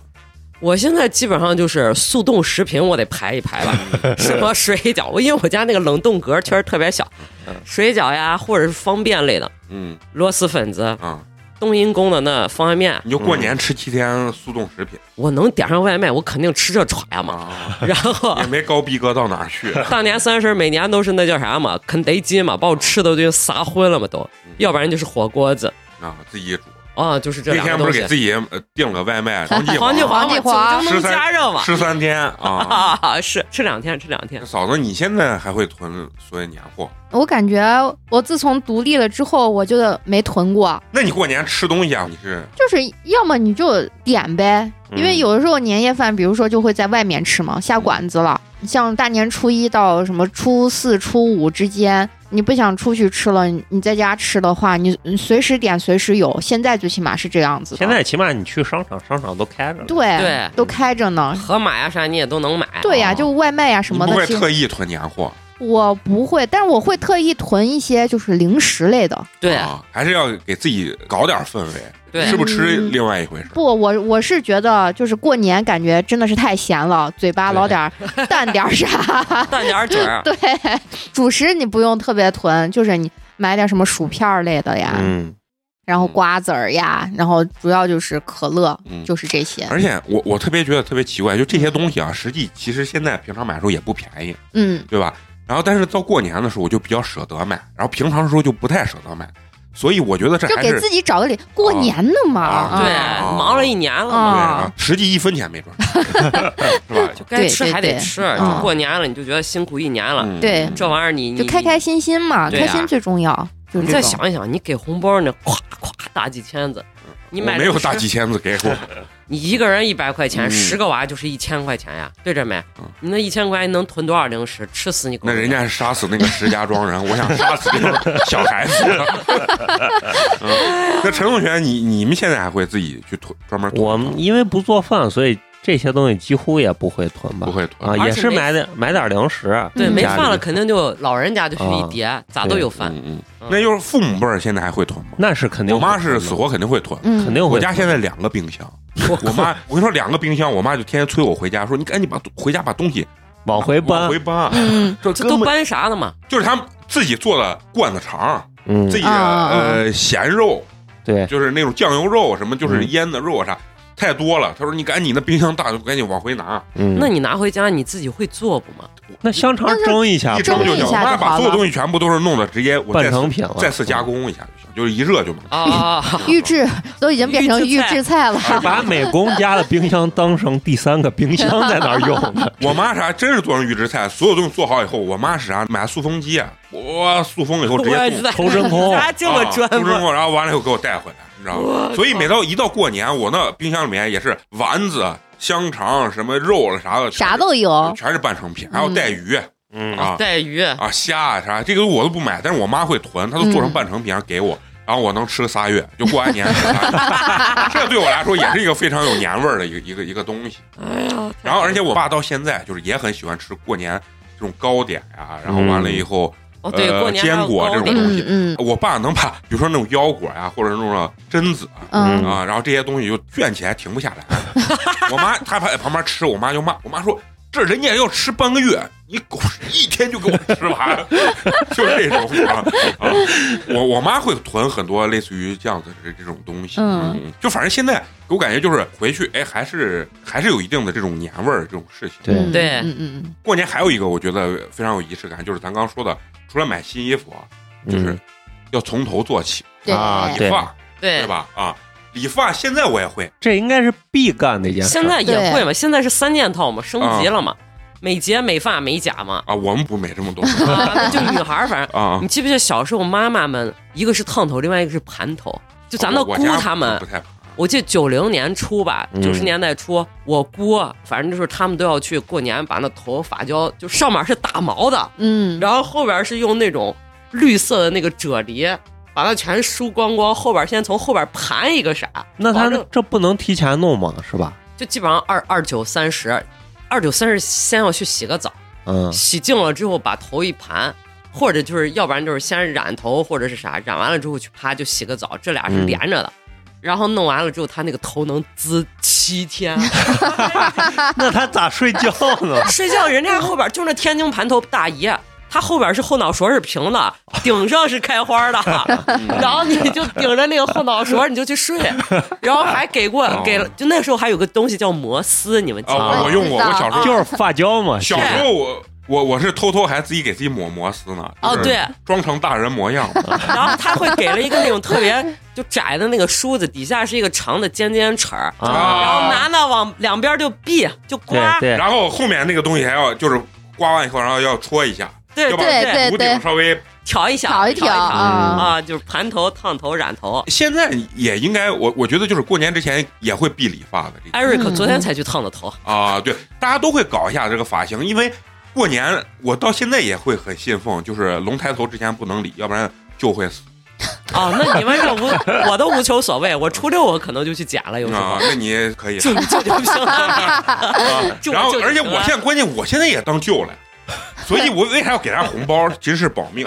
B: 我现在基本上就是速冻食品，我得排一排吧， 什么水饺，我因为我家那个冷冻格确实特别小，
D: 嗯
B: 水饺呀，或者是方便类的
A: 嗯
B: 螺蛳粉子、
A: 啊，
B: 冬阴功的那方便面，
A: 你就过年吃七天速冻食品
B: 我能点上外卖，我肯定吃这船呀嘛。
A: 啊，
B: 然后
A: 也没高逼格到哪儿去。
B: 大年三十每年都是那叫啥嘛，肯德基嘛，把我吃的都撒昏了嘛都，要不然就是火锅子
A: 啊，自己煮。
B: 啊，就是这
A: 那
B: 两
A: 天
B: 个
A: 不
B: 东
A: 是给
B: 西。
A: 自己呃订了外 卖，黄记
B: 黄记
C: 黄
B: 嘛
C: 记黄
B: 九蒸
A: 13
B: 东加热嘛，
A: 吃三天 啊。
B: 啊，是吃两天，吃两天。
A: 嫂子，你现在还会囤所有年货？
C: 我感觉我自从独立了之后，我就没囤过，
A: 那你过年吃东西啊？你是
C: 就是要么你就点呗，因
A: 嗯
C: 为有的时候年夜饭，比如说就会在外面吃嘛，下馆子了。像大年初一到什么初四、初五之间，你不想出去吃了，你你在家吃的话，你你随时点随时有。现在最起码是这样子的。
D: 现在起码你去商场，商场都开着了。
C: 对
B: 对
C: 都开着呢。
B: 河马呀啥你也都能买。
C: 对呀、
A: 哦
C: 就外卖呀、什
A: 你
C: 么
A: 不
C: 的
A: 会，
C: 其实
A: 特意囤年货
C: 我不会，但我会特意囤一些就是零食类的。
B: 对
A: 啊？还是要给自己搞点氛围？
B: 对嗯
A: 吃不吃另外一回事。
C: 不，我我是觉得就是过年感觉真的是太咸了，嘴巴 老点儿淡点儿啥。，
B: 淡 点儿嘴儿
C: 对，主食你不用特别囤，就是你买点什么薯片儿类的呀，
B: 啊
D: 嗯，
C: 然后瓜子儿呀，然后主要就是可乐，
A: 嗯
C: 就是这些。
A: 而且我我特别觉得特别奇怪，就这些东西啊，实际其实现在平常买的时候也不便宜，
C: 嗯，
A: 对吧？然后但是到过年的时候我就比较舍得买，然后平常的时候就不太舍得买，所以我觉得这
C: 就
A: 还
C: 给
A: 是
C: 自己找个理，过年呢嘛，
A: 啊
C: 啊
B: 对，
A: 啊
B: 忙了一年
A: 对
B: 了
C: 嗯
B: 嘛，
A: 啊，实际一分钱没赚， 是吧？
B: 哦就该吃
C: 对对
B: 还得
C: 对
B: 吃。
C: 嗯
B: 就过年了，你就觉得辛苦一年了，
A: 嗯
C: 对
B: 这玩意儿你
C: 就
B: 你
C: 开开。心心嘛，
B: 对啊
C: 开心最重要。就
B: 你
C: 是
B: 再
C: 这种，
B: 想一想，你给红包那咵咵大几千子，你买
A: 我没有
B: 零食
A: 大几，千子给我，
B: 你一个人一百块钱，
A: 嗯
B: 十个娃就是一千块钱呀，对着没
A: 嗯？
B: 你那一千块钱能囤多少零食？吃死你狗！
A: 那人家杀死那个石家庄人，我想杀死那个小孩 子。嗯、那陈同学，你你们现在还会自己去囤专门囤
D: 我们因为不做饭，所以这些东西几乎也不会囤吧
A: 不。会囤
D: 啊，
B: 而
D: 也
B: 且
D: 是
B: 没
D: 买点买点零食。啊
B: 对
C: 嗯
B: 没
D: 家里
B: 饭了，肯定就老人家就是一
D: 啊
B: 碟，咋
D: 对
B: 都有饭。
A: 嗯嗯，那就是父母辈儿现在还会囤吗？
D: 那是肯定
A: 我
D: 会囤
A: 妈是
D: 的。
A: 死活肯定会囤。
C: 嗯，
D: 肯定会囤。
A: 我家现在两个冰 箱，我妈我跟你说两个冰箱，我妈就天天催我回家，说你赶紧把回家把东西
D: 往回
A: 往
D: 搬
A: 回，搬，
C: 嗯，
A: 这
B: 这都
A: 根本
B: 搬啥的嘛？
A: 就是他们自己做的灌子肠，
D: 嗯
A: 自，己
C: 啊啊啊
A: 呃咸肉，
D: 对，
A: 就是那种酱油肉什么，就是
D: 嗯
A: 腌的肉啊啥，太多了。他说你赶紧，那冰箱大，就赶紧往回拿，
D: 嗯，
B: 那你拿回家你自己会做不嘛？
D: 那香肠蒸一下
A: 一
D: 不
A: 蒸
C: 蒸
A: 就
C: 一
A: 行。我
C: 下
A: 妈
C: 就
A: 把
C: 好
A: 所有
C: 了
A: 东西全部都是弄的，直接我再
D: 半成
A: 次
D: 品了，
A: 再次加 工一下就行，就是一热就能。
B: 啊，
C: 预制都已经变成
B: 预
C: 预
B: 制
C: 制菜了。
D: 把美工家的冰箱当成第三个冰箱在那儿用 的
A: 我妈啥真是做成预制菜，所有东西做好以后，我妈是啥买塑封机， 啊我塑封了以后
B: 我
A: 直
B: 也
A: 接冻
B: 知道，
D: 抽 真空
B: 咋这么专
A: 啊、出
B: 门？
A: 过，然后完了以后给我带回来，你知道吗？所以每到一到过年，我那冰箱里面也是丸子、香肠、什么肉了啥的，
C: 啥都有，
A: 全是半成品，还有
C: 嗯
A: 带鱼、
D: 嗯
A: 啊
B: 带鱼，
A: 啊虾啊啥，这个我都不买，但是我妈会囤，她都
C: 嗯
A: 做成半成品然后给我。然后我能吃仨月，就过完年吃仨 月，这对我来说也是一个非常有年味儿的一个一个一个东西。
B: 哎呀，
A: 然后，而且我爸到现在就是也很喜欢吃过年这种糕点呀、然后完了以后
B: 哦，对，
A: 呃
B: 过年还
A: 坚
B: 有
A: 果这
B: 糕
A: 种
B: 点
A: 东西
C: 嗯嗯
A: 我爸能把，比如说那种腰果呀、或者那种榛子啊，
C: 嗯
A: 啊，然后这些东西就卷起来停不下来。 我妈她在旁边吃，我妈就骂，我妈说这人家要吃半个月，你狗一天就给我吃完， 就这种啊啊！我我妈会囤很多类似于这样子的这种东西，
C: 嗯，
A: 就反正现在给我感觉就是回去，哎，还是还是有一定的这种年味儿这种事情。
D: 对
C: 嗯
B: 对
C: 嗯嗯嗯，
A: 过年还有一个我觉得非常有仪式感，就是咱刚说的，除了买新衣服，啊，就是
D: 嗯
A: 要从头做起，
C: 对
D: 啊
A: 理
D: 对
A: 发
B: 对
A: 吧？啊，理发现在我也会，。
D: 这应该是必干的一件事。
B: 现在也会嘛，现在是三件套嘛，升级了嘛，美睫、美发、美甲嘛
A: 啊，我们不美这么多
B: 啊，那就女孩儿，反正
A: 啊
B: 你。记不记得小时候妈妈们，一个是烫头，另外一个是盘头，就咱的
A: 哦我
B: 姑
A: 我家
B: 她们啊
A: 不。太
B: 我记得九零年初吧，
D: 嗯
B: 九十年代初，我姑反正就是他们都要去过年把那头发胶，就上面是打毛的，
C: 嗯，
B: 然后后边是用那种绿色的那个啫喱，把它全梳光光，后边先从后边盘一个啥，
D: 那
B: 反
D: 他
B: 正
D: 这不能提前弄吗？是吧？
B: 就基本上二二九三十，二九三十先要去洗个澡，
D: 嗯，
B: 洗净了之后把头一盘，或者就是要不然就是先染头或者是啥，染完了之后去啪就洗个澡，这俩是
D: 嗯
B: 连着的。然后弄完了之后，他那个头能滋七天，
D: 那他咋睡觉呢？
B: 睡觉人家后边就那天津盘头大姨，她后边是后脑勺是平的，顶上是开花的，然后你就顶着那个后脑勺你就去睡，然后还给过
A: 哦
B: 给了，就那时候还有个东西叫摩丝，你们记得
A: 啊，
B: 吗？
A: 我我用过，我小时候
D: 就是发胶嘛。
A: 小时候我我我是偷偷还自己给自己抹摩丝呢，
B: 哦
A: 就是
B: 对
A: 装成大人模样，
B: 然后他会给了一个那种特别就窄的那个梳子，底下是一个长的尖尖齿儿，
D: 啊，
B: 然后拿那往两边就避就
D: 对
B: 刮，
D: 对，
A: 然后后面那个东西还要就是刮完以后，然后要戳一下，
B: 对
A: 要把
C: 对
B: 对，
A: 头顶稍微。
B: 调一下，
C: 挑一
B: 调
C: 挑啊，
B: 啊，就是盘头、烫头、染头。
A: 现在也应该，我我觉得就是过年之前也会必理发的这个
B: 艾瑞克
C: 嗯
B: 昨天才去烫的头，
A: 啊，对，大家都会搞一下这个发型，因为过年我到现在也会很信奉，就是龙抬头之前不能理，要不然就会死
B: 哦，那你们这无 我都无求所谓，我初六我可能就去剪了，有时候
A: 啊。那你可以
B: 就你就就行了。
A: 啊
B: 就
A: 然后
B: 就，
A: 而且
B: 就
A: 我现在关键，我现在也当舅了，所以我为啥要给他红包？其实是保 命。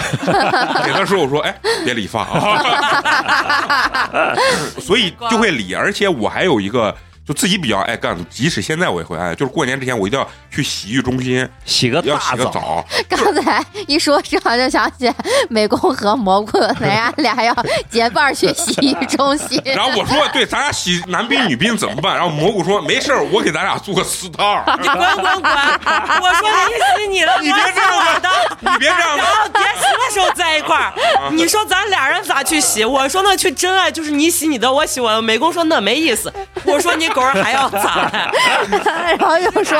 A: 给他时候我说，哎，别理发啊， 所以就会理。而且我还有一个。就自己比较爱干的，即使现在我也会爱，就是过年之前我一定要去洗浴中心，
D: 洗个
A: 要
D: 大
A: 洗个澡，
C: 刚才一说这，我就想起美工和蘑菇，人家俩要结伴儿去洗浴 中心。
A: 然后我说，对，咱俩洗男宾女宾怎么办？然后蘑菇说，没事儿，我给咱俩做个私汤儿，
B: 你滚滚滚！我说你洗你的，
A: 你别
B: 我洗
A: 这样
B: 我的。
A: 你别这样子
B: 然。 后叠席的时候在一块儿，
A: 嗯
B: 你说咱俩人咋去洗？我说那去真爱就是你洗你的，我洗我的。美工说那没意思，我说你狗儿还要咋的？
C: 然后又说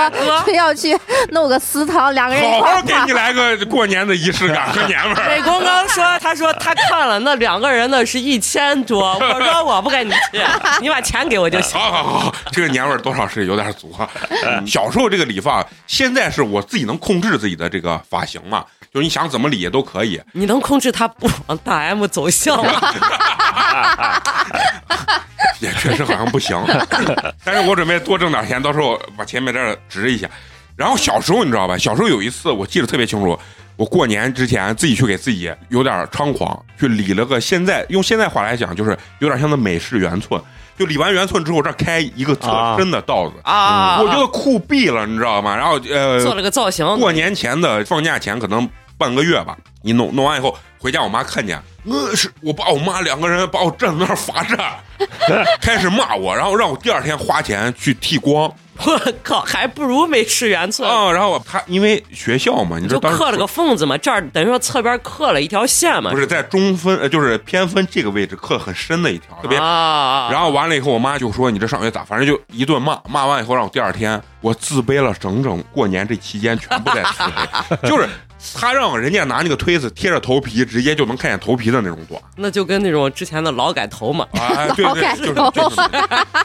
C: 要去弄个私堂，两个人一
A: 好
C: 块儿
A: 好给你来个过年的仪式感和年味儿。
B: 美工刚说，他说他看了那两个人的是一千多，我说我不跟你去，你把钱给我就行。
A: 好好好好，这个年味儿多少是有点足啊。小时候这个理发，现在是我自己能控制自己的这个发型嘛，就是你想怎么理都可以。
B: 你能控制他不往大 M 走向 吗？
A: 也确实好像不行，但是我准备多挣点钱，到时候把前面这儿植一下。然后小时候你知道吧，小时候有一次我记得特别清楚，我过年之前自己去给自己有点猖狂，去理了个现在用现在话来讲就是有点像那美式圆寸，就理完圆寸之后这儿开一个侧身的道子，
B: 啊，
A: 嗯我觉得酷毙了，你知道吗？然后呃，
B: 做了个造型，
A: 过年前的放假前可能半个月吧，你弄弄完以后回家，我妈看见，呃，是我爸我妈两个人把我站在那儿罚站， 开始骂我，然后让我第二天花钱去剃光
B: 我靠，还不如没吃圆寸。
A: 啊、然后他因为学校嘛，你知
B: 就
A: 道当时
B: 刻了个缝子嘛，这儿等于说侧边刻了一条线嘛，
A: 不是在中分呃就是偏分这个位置刻很深的一条，特别。
B: 啊，
A: 然后完了以后，我妈就说你这上学咋？反正就一顿骂，骂完以后让我第二天我自卑了整整过年这期间全部在自卑，就是他让人家拿那个推子贴着头皮，直接就能看见头皮的那种短。
B: 那就跟那种之前的劳改头嘛，
A: 啊，对
C: 老
A: 对，
C: 改
A: 就是
C: 头
A: 就是，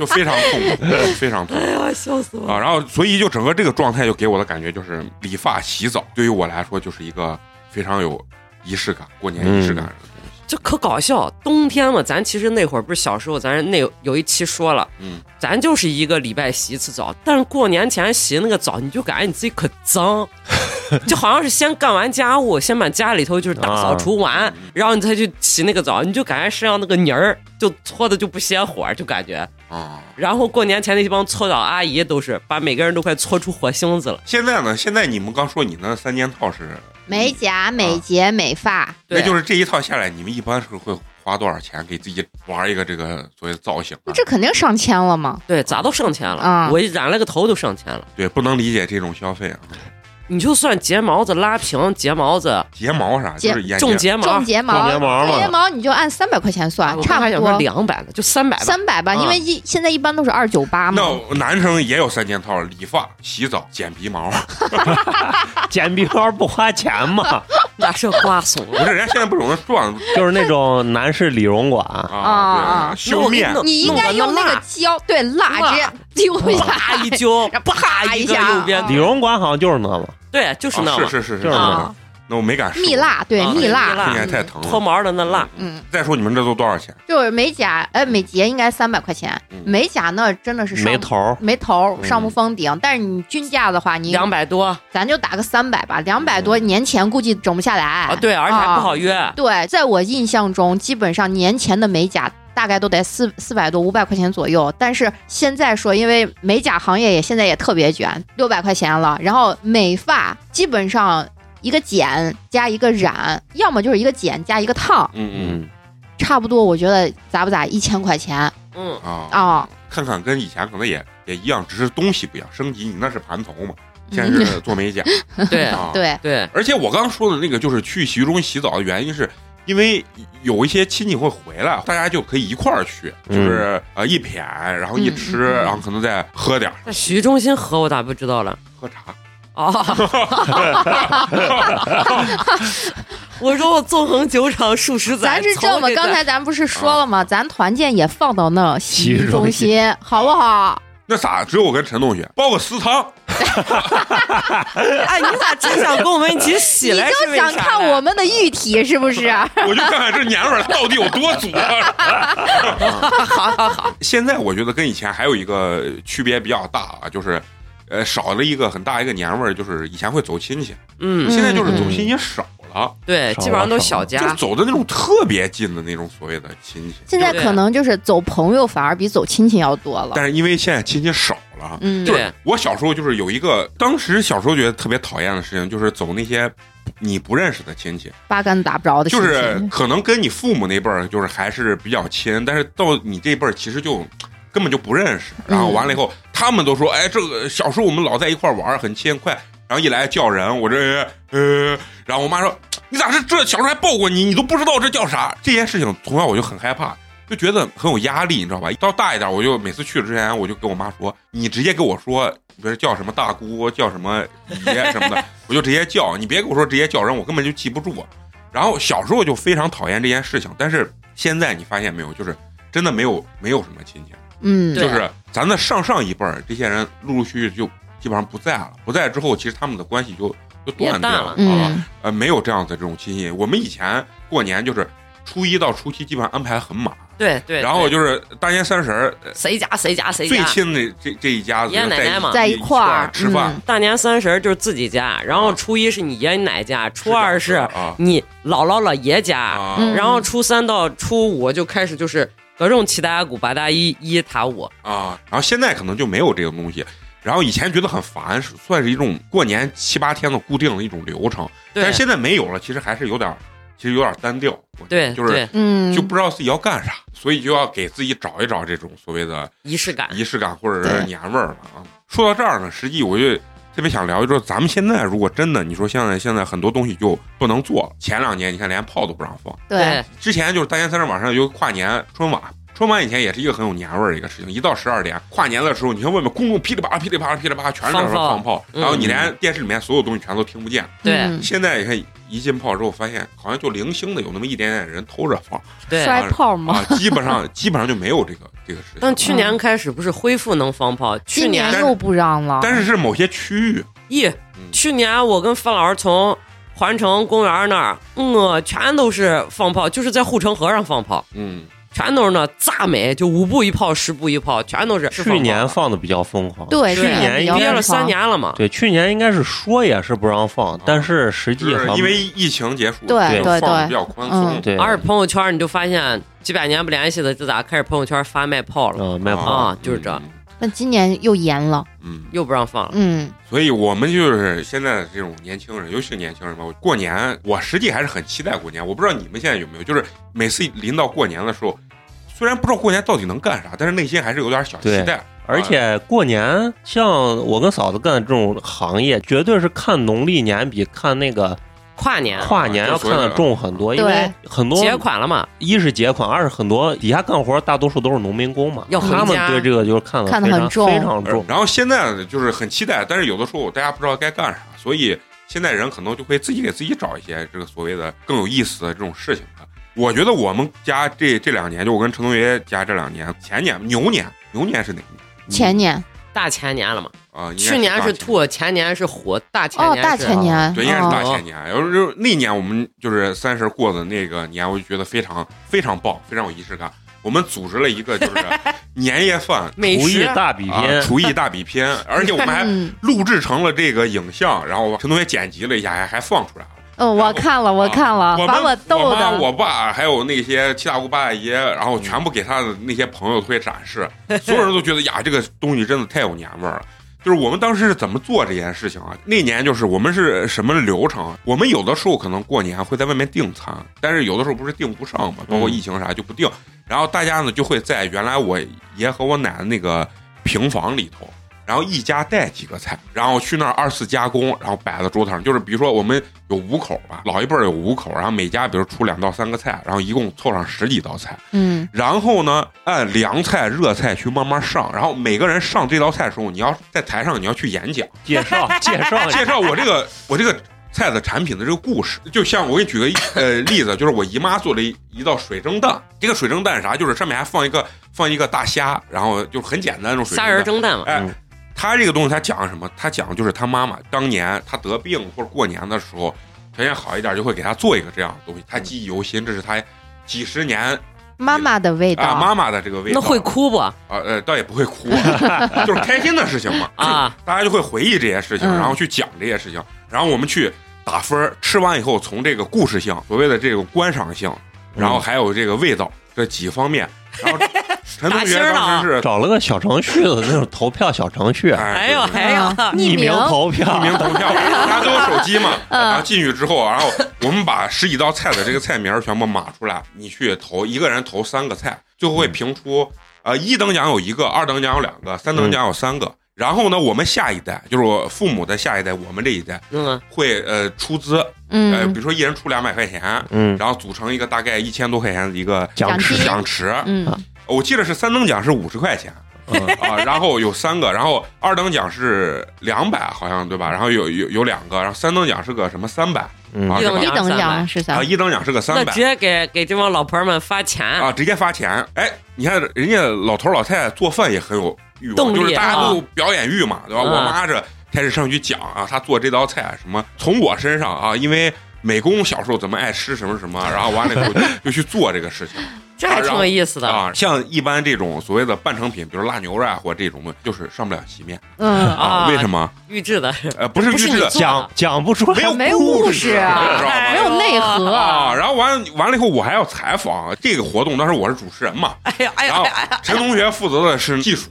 A: 就非常痛苦，非常痛
B: 哎
A: 苦
B: 呀，笑死我！
A: 啊。然后，所以就整个这个状态，就给我的感觉就是，理发、洗澡对于我来说就是一个非常有仪式感、过年仪式感的东西。
B: 就可搞笑。冬天嘛，咱其实那会儿不是小时候，咱那有一期说了，
A: 嗯，
B: 咱就是一个礼拜洗一次澡，但是过年前洗那个澡，你就感觉你自己可脏，就好像是先干完家务，先把家里头就是打扫除完，然后你再去洗那个澡，你就感觉身上那个泥儿就搓的就不熄火，就感觉。
A: 啊。
B: 然后过年前那帮搓澡阿姨都是把每个人都快搓出火星子了。
A: 现在呢？现在你们刚说你那三件套是，
C: 美甲、美睫、美发，
B: 对
A: 那就是这一套下来，你们一般是会花多少钱给自己玩一个这个所谓的造型啊？
C: 这肯定上千了嘛。
B: 对，咋都上千了，
C: 啊
B: 我一染了个头都上千了。
A: 对，不能理解这种消费啊。
B: 你就算睫毛子拉平，睫毛子
A: 睫毛啥
C: 睫
A: 就是眼
B: 种
A: 睛
B: 睫毛啊
C: 种，睫毛，
D: 种睫毛嘛
C: 睫毛你就按三百块钱算，
B: 啊我刚
C: 差
B: 才
C: 不
B: 想说
C: 多
B: 两百呢，就三百吧。
C: 三百吧，
B: 啊
C: 因为一现在一般都是二九八嘛。
A: 那男生也有三件套：理发、洗澡、剪鼻毛。
D: 剪鼻毛不花钱 嘛，
B: 把这瓜怂
A: 不
B: 了。
A: 是，人家现在不有那撞
D: 就是那种男士理容馆，
A: 啊，
C: 啊
A: 对修面
B: 弄
C: 你应该用那个胶，对，蜡
B: 蜡
C: 直接丢一下，
B: 啪一 揪，啪
C: 一
B: 一个
C: 下
B: 右边
C: 啊，
D: 理容馆好像就是那嘛，
B: 对，就是那
A: 啊
B: 嘛
A: 是是是
D: 就是
A: 是
D: 那
C: 啊，
A: 那我没敢说
C: 蜜，蜡，对，
B: 啊
C: 蜜
B: 蜜蜡
A: 听
C: 蜡
A: 起来
C: 嗯
A: 太疼
B: 脱
A: 了。
B: 毛的那蜡，
C: 嗯，
A: 再说你们这都多少钱？
C: 就是美甲，呃，美睫应该三百块钱
A: 嗯，
C: 美甲那真的是上
D: 没头儿，
C: 没头
A: 嗯
C: 上不封顶，但是你均价的话，你
B: 两百多
C: 咱就打个三百吧，两百多年前估计整不下来
B: 啊，对，而且还
C: 哦
B: 不好约。
C: 对，在我印象中，基本上年前的美甲大概都得四四百多、五百块钱左右。但是现在说，因为美甲行业也现在也特别卷，六百块钱了。然后美发基本上一个剪加一个染，要么就是一个剪加一个烫，
A: 嗯
D: 嗯，
C: 差不多我觉得咋不咋一千块钱哦啊、
B: 嗯，
A: 啊，看看跟以前可能也也一样，只是东西不一样，升级。你那是盘头嘛，现在是做美甲
B: 对
A: 啊。。
C: 对，
B: 对，
A: 而且我刚说的那个就是去洗浴中心洗澡的原因是。因为有一些亲戚会回来，大家就可以一块儿去，
B: 嗯
A: 就是呃一谝，然后一吃，
C: 嗯嗯嗯
A: 然后可能再喝点儿
B: 那洗浴中心和我咋不知道了？
A: 喝茶。
B: 哦，我说我纵横酒场数十载，
C: 咱是
B: 从
C: 这么，
B: 个
C: 刚才咱不是说了吗？咱团建也放到那洗浴中
D: 洗
C: 心，好不好？
A: 那咋？只有我跟陈同学煲个私 汤，
B: 哎，你咋真想跟我们一起洗
C: 你
B: 来？
C: 就是
B: 为啥
C: 想看
B: 嘞
C: 我？们的玉体是不是？
A: 我就看看这年味儿到底有多足啊！
B: 好好好，
A: 现在我觉得跟以前还有一个区别比较大啊，就是，呃，少了一个很大一个年味儿，就是以前会走亲戚，
B: 嗯，
A: 现在就是走亲戚少了，
B: 对，
D: 少
B: 基本上都
D: 了
B: 是小
A: 啊就是
B: 家，
A: 走的那种特别近的那种所谓的亲戚。
C: 现在可能就是走朋友反而比走亲戚要多了。
A: 但是因为现在亲戚少了，
C: 嗯，
A: 就
B: 对
A: 是我小时候就是有一个，当时小时候觉得特别讨厌的事情，就是走那些你不认识的亲戚，
C: 八竿子打不着的事
A: 就
C: 情。
A: 是可能跟你父母那辈儿就是还是比较亲，但是到你这辈儿其实就根本就不认识。然后完了以后，他们都说：“哎，这个小时候我们老在一块儿玩儿，很亲快。”然后一来叫人，我这呃，然后我妈说：“你咋是这小时候还抱过你，你都不知道这叫啥？”这件事情从小我就很害怕。就觉得很有压力，你知道吧？到大一点，我就每次去了之前，我就跟我妈说：“你直接跟我说，比如叫什么大姑，叫什么爷什么的， 我就直接叫。你别跟我说直接叫人，我根本就记不住。”然后小时候就非常讨厌这件事情，但是现在你发现没有，就是真的没有没有什么亲戚，
C: 嗯，
B: 对
A: 就是咱的上上一辈儿这些人陆陆续续就基本上不在了，不在之后，其实他们的关系就就断掉
B: 也
A: 了啊、
C: 嗯
A: 呃，没有这样的这种亲戚。我们以前过年就是初一到初七基本上安排很满，
B: 对对，
A: 然后就是大年三十儿呃
B: 谁家谁家谁
A: 最
B: 家，
A: 亲的这这一家子
B: 爷爷
A: 就
B: 奶
A: 在
B: 奶嘛
C: 在一
A: 一
C: 块儿
A: 吃饭，
C: 嗯
B: 大年三十儿就是自己家，然后初一是你爷爷奶奶家，初二
A: 吃饺
B: 是
A: 子啊
B: 你姥姥姥爷家，
A: 啊
C: 嗯
B: 然后初三到初五就开始就是各种七大姑八大姨一打五，
A: 啊，然后现在可能就没有这种东西。然后以前觉得很烦，是算是一种过年七八天的固定的一种流程，但
B: 对
A: 是现在没有了，其实还是有点儿，其实有点儿单调，我
B: 对
A: 就是
B: 对，
C: 嗯，
A: 就不知道自己要干啥，所以就要给自己找一找这种所谓的
B: 仪式感，
A: 仪式感或者
C: 对
A: 是年味儿了啊。说到这儿呢，实际我就特别想聊，就说咱们现在如果真的，你说现在现在很多东西就不能做了，前两年你看连炮都不让放。
C: 对，
A: 之前就是大年三十晚上有跨年春晚，春晚以前也是一个很有年味儿的一个事情。一到十二点跨年的时候，你看外面公众噼里啪啦、噼里啪啦、噼里啪啦，全是在那
B: 放炮
A: 放炮，
B: 嗯
A: 然后你连电视里面所有东西全都听不见。
B: 对
C: 嗯
A: 现在你看一进炮之后，发现好像就零星的有那么一点点人偷着 放
B: 对。
C: 摔炮嘛。
A: 啊，基本上基本上就没有这个这个事情。
B: 但去年开始不是恢复能放炮，去
C: 今
B: 年啊
C: 又不让了，
A: 但是是某些区域，
B: 咦，去年我跟范老师从环城公园那儿，嗯，全都是放炮，就是在护城河上放炮，
A: 嗯，
B: 全都是那炸美，就五步一炮，十步一炮，全都是。是
D: 去年
B: 放
D: 放的比较疯狂，
C: 对，
B: 去
C: 这个
D: 年
C: 比较
B: 炮
D: 放
B: 憋了
C: 疯
B: 三
C: 狂。
B: 年了嘛，
D: 对，去年应该是说也是不让放，但是实际
A: 啊就是
D: 好像
A: 因为疫情结束，
C: 对
A: 就
C: 对
A: 放得
C: 对
A: 比较宽松
C: 嗯，
D: 对，啊
B: 而且朋友圈你就发现几百年不联系的，自打开始朋友圈发卖炮了，
D: 嗯，卖炮
B: 啊就是这
A: 嗯
C: 那今年又严了，
A: 嗯，嗯
B: 又不让放了。
C: 嗯，
A: 所以我们就是现在这种年轻人，尤其是年轻人吧，我过年我实际还是很期待过年。我不知道你们现在有没有，就是每次临到过年的时候，虽然不知道过年到底能干啥，但是内心还是有点小期待。
D: 而且过年，像我跟嫂子干的这种行业，绝对是看农历年比看那个
B: 跨年
D: 跨年要看的重很多，
C: 对
D: 因为很多
B: 结款了嘛，
D: 一是结款，二是很多底下干活大多数都是农民工嘛，
B: 要回家
D: 他们对这个就是看的
C: 看得
D: 非常
C: 很重
D: 非常重。
A: 呃然后现在就是很期待，但是有的时候大家不知道该干啥，所以现在人可能就会自己给自己找一些这个所谓的更有意思的这种事情吧。我觉得我们家这这两年，就我跟陈同学家这两年，前年牛年，牛年是哪一年
C: 前年
B: 大前年了嘛，
A: 啊？应该是
B: 去年
A: 大
B: 是兔，前年是虎，大前
C: 哦，
B: 年
C: 大
B: 是
C: 前年，
A: 对，应该是大
C: 哦
A: 前年。然后就是那年我们就是三十过的那个年，我就觉得非常非常棒，非常有仪式感。我们组织了一个就是年夜饭
B: 美
D: 厨艺
B: 食
D: 大比拼，
A: 啊，厨艺大比拼，而且我们还
C: 嗯
A: 录制成了这个影像，然后陈同学剪辑了一下，还还放出来了。
C: 嗯，我看了，我看了，
A: 我
C: 把
A: 们
C: 我逗
A: 妈、
C: 的，
A: 我爸还有那些七大姑八大姨，然后全部给他的那些朋友会展 示，所有人都觉得呀，这个东西真的太有年味儿了。就是我们当时是怎么做这件事情啊？那年就是我们是什么流程啊？我们有的时候可能过年会在外面订餐，但是有的时候不是订不上嘛，
C: 嗯
A: 包括疫情啥就不订。然后大家呢就会在原来我爷和我奶奶那个平房里头，然后一家带几个菜，然后去那儿二次加工，然后摆在桌子上。就是比如说我们有五口吧，老一辈儿有五口，然后每家比如出两到三个菜，然后一共凑上十几道菜。
C: 嗯，
A: 然后呢，按凉菜、热菜去慢慢上。然后每个人上这道菜的时候，你要在台上你要去演 讲，
D: 介 绍介绍
A: 介绍我这个我这个菜的产品的这个故事。就像我给你举个呃例子，就是我姨妈做了一一道水蒸蛋，这个水蒸蛋是啥，就是上面还放一个放一个大虾，然后就很简单的那种水蒸
B: 虾
A: 蛋
B: 仁。蒸蛋嘛，
A: 哎
D: 嗯，
A: 他这个东西他讲什么？他讲就是他妈妈当年他得病或者过年的时候，条件好一点就会给他做一个这样的东西，他记忆犹新，这是他几十年
C: 妈妈的味
A: 啊
C: 道，嗯
A: 妈妈的这个味道。
B: 那会哭不
A: 啊呃，倒也不会哭啊， 就是开心的事情嘛。
B: 啊？
A: 大家就会回忆这些事情，
C: 嗯
A: 然后去讲这些事情，然后我们去打分儿，吃完以后从这个故事性、所谓的这个观赏性，
B: 嗯
A: 然后还有这个味道这几方面，然后陈同学
B: 打星儿了
A: 当
B: 啊
A: 时是
D: 找了个小程序的那种投票小程序，
B: 哎呦
A: 对
B: 哎呦，
C: 嗯匿
D: 匿名投票，
A: 匿名投 票，大家都有手机嘛，
C: 嗯
A: 然后进去之后，然后我们把十几道菜的这个菜名儿全部码出来，你去投，一个人投三个菜，最后会评出，呃，一等奖有一个，二等奖有两个，三等奖有三个。然后呢，我们下一代就是我父母的下一代，我们这一代
B: 嗯，
A: 会呃出资，呃，比
C: 嗯
A: 如说一人出两百块钱，
D: 嗯，
A: 然后组成一个大概一千多块钱的一个
D: 奖池
C: 奖金
A: 奖池。
C: 嗯，
A: 我记得是三等奖是五十块钱，
D: 嗯
A: 啊，然后有三个，然后二等奖是两百，好像对吧？然后有有有两个，然后三等奖是个什么三百
D: 嗯
A: 啊，
B: 一
A: 是
B: 等
A: 吧
C: 一
B: 奖
C: 等
B: 三百
C: 奖是
A: 啊，
C: 啥？
A: 一等奖是个
B: 那
A: 三百
B: 直接给给这帮老婆们发钱，
A: 啊，直接发钱。哎，你看人家老头老太太做饭也很有欲望，
B: 动力
A: 就是大家
B: 啊
A: 都有表演欲嘛，对吧？
B: 嗯
A: 我妈这开始上去讲啊，她做这道菜什么，从我身上啊，因为美工小时候怎么爱吃什么什么，然后完了以后就去做这个事情。
B: 这还挺有意思的
A: 啊，像一般这种所谓的半成品，比如腊牛肉啊或者这种的，就是上不了席面
C: 嗯，
B: 啊
A: 为什么？
B: 预制 的，
A: 呃，不是预
B: 不是
A: 制
B: 你
A: 的，
D: 讲讲不出来，
C: 没有
A: 故
C: 故事啊
A: 知道吗？
B: 哎
C: 没有内核
A: 啊，然后完了完了以后，我还要采访这个活动，当时我是主持人嘛，
B: 哎呀哎
A: 然
B: 呀
A: 后
B: 哎呀，
A: 陈同学负责的是技术，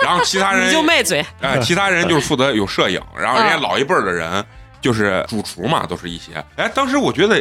A: 然后其他人
B: 你就卖嘴，
A: 哎，其他人就是负责有摄影，然后人家
B: 嗯
A: 老一辈儿的人就是主厨嘛，都是一些。哎，当时我觉得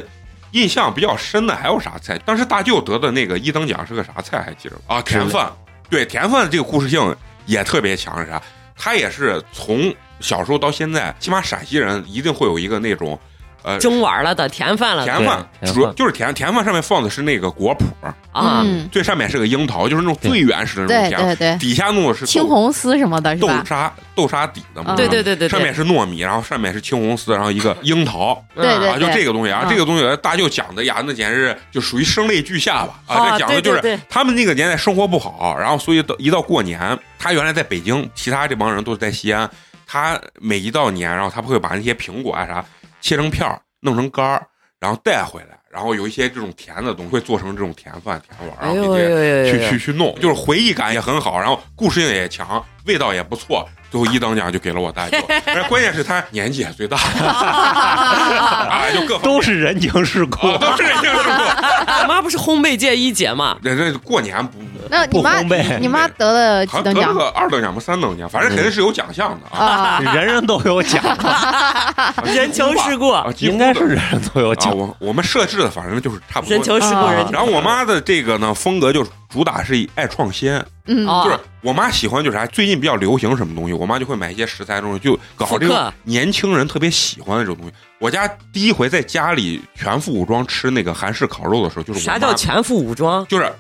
A: 印象比较深的还有啥菜？当时大舅得的那个一等奖是个啥菜？还记着吗啊？甜饭。对，甜饭这个故事性也特别强，是啥？他也是从小时候到现在，起码陕西人一定会有一个那种，呃，
B: 蒸碗了的，甜饭了的
C: 啊
A: 甜饭，
D: 对甜
A: 主
D: 饭
A: 就是甜甜饭上面放的是那个果脯，
B: 啊，
C: 嗯，
A: 最上面是个樱桃，就是那种最原始的那种
C: 对
A: 甜饭，
C: 对对，
A: 底下弄的是
C: 青
A: 豆
C: 红丝什么的是
A: 豆
C: 吧？
A: 沙豆沙底的嘛，
C: 嗯
B: 对对对对对，
A: 上面是糯米，然后上面是青红丝，然后一个樱桃，
B: 嗯
C: 对对
A: 啊，就这个东西啊，
C: 嗯
A: 这个东西大舅讲的呀，那简直就属于声泪俱下吧啊，
B: 啊
A: 这讲的就
B: 对对
A: 是
B: 对
A: 他们那个年代生活不好，然后所以到一到过年，他原来在北京，其他这帮人都是在西安，他每一到年，然后他会把那些苹果啊啥切成片儿，弄成干儿，然后带回来，然后有一些这种甜的东西会做成这种甜饭、甜碗儿，然
B: 哎
A: 后
B: 呦
A: 给
B: 呦
A: 这
B: 呦
A: 去
B: 呦呦！
A: 去去弄，就是回忆感也很好，然后故事性也强，味道也不错。最后一等奖就给了我大舅，而且关键是他年纪也 最大，啊，就各方面
D: 都是人情世故。
A: 啊都是人情世故。
B: 俺哎妈不是烘焙界一姐嘛，
A: 人家过年不
C: 那你妈
D: 不烘焙
C: 你妈得了
A: 好像
C: 几等
A: 得了
C: 奖
A: 个二等奖吧，三等奖，反正肯定是有奖项的啊。
C: 啊？
D: 人人都有 奖，
B: 人情世 故，
A: 啊，几乎
D: 应该是
A: 的
D: 人人都有
A: 啊，
D: 奖。
A: 我我们设置的反正就是差不多
B: 人。情世故，
C: 啊
B: 人情
A: 然后我妈的这个呢风格就是主打是以爱创新，
C: 嗯，
B: 哦
A: 就是我妈喜欢就是啥，最近比较流行什么东西，我妈就会买一些食材的东西，就搞这
B: 复
A: 种
B: 刻
A: 年轻人特别喜欢的这种东西。我家第一回在家里全副武装吃那个韩式烤肉的时候，就是我
B: 啥
A: 妈
B: 叫全副武装？
A: 就是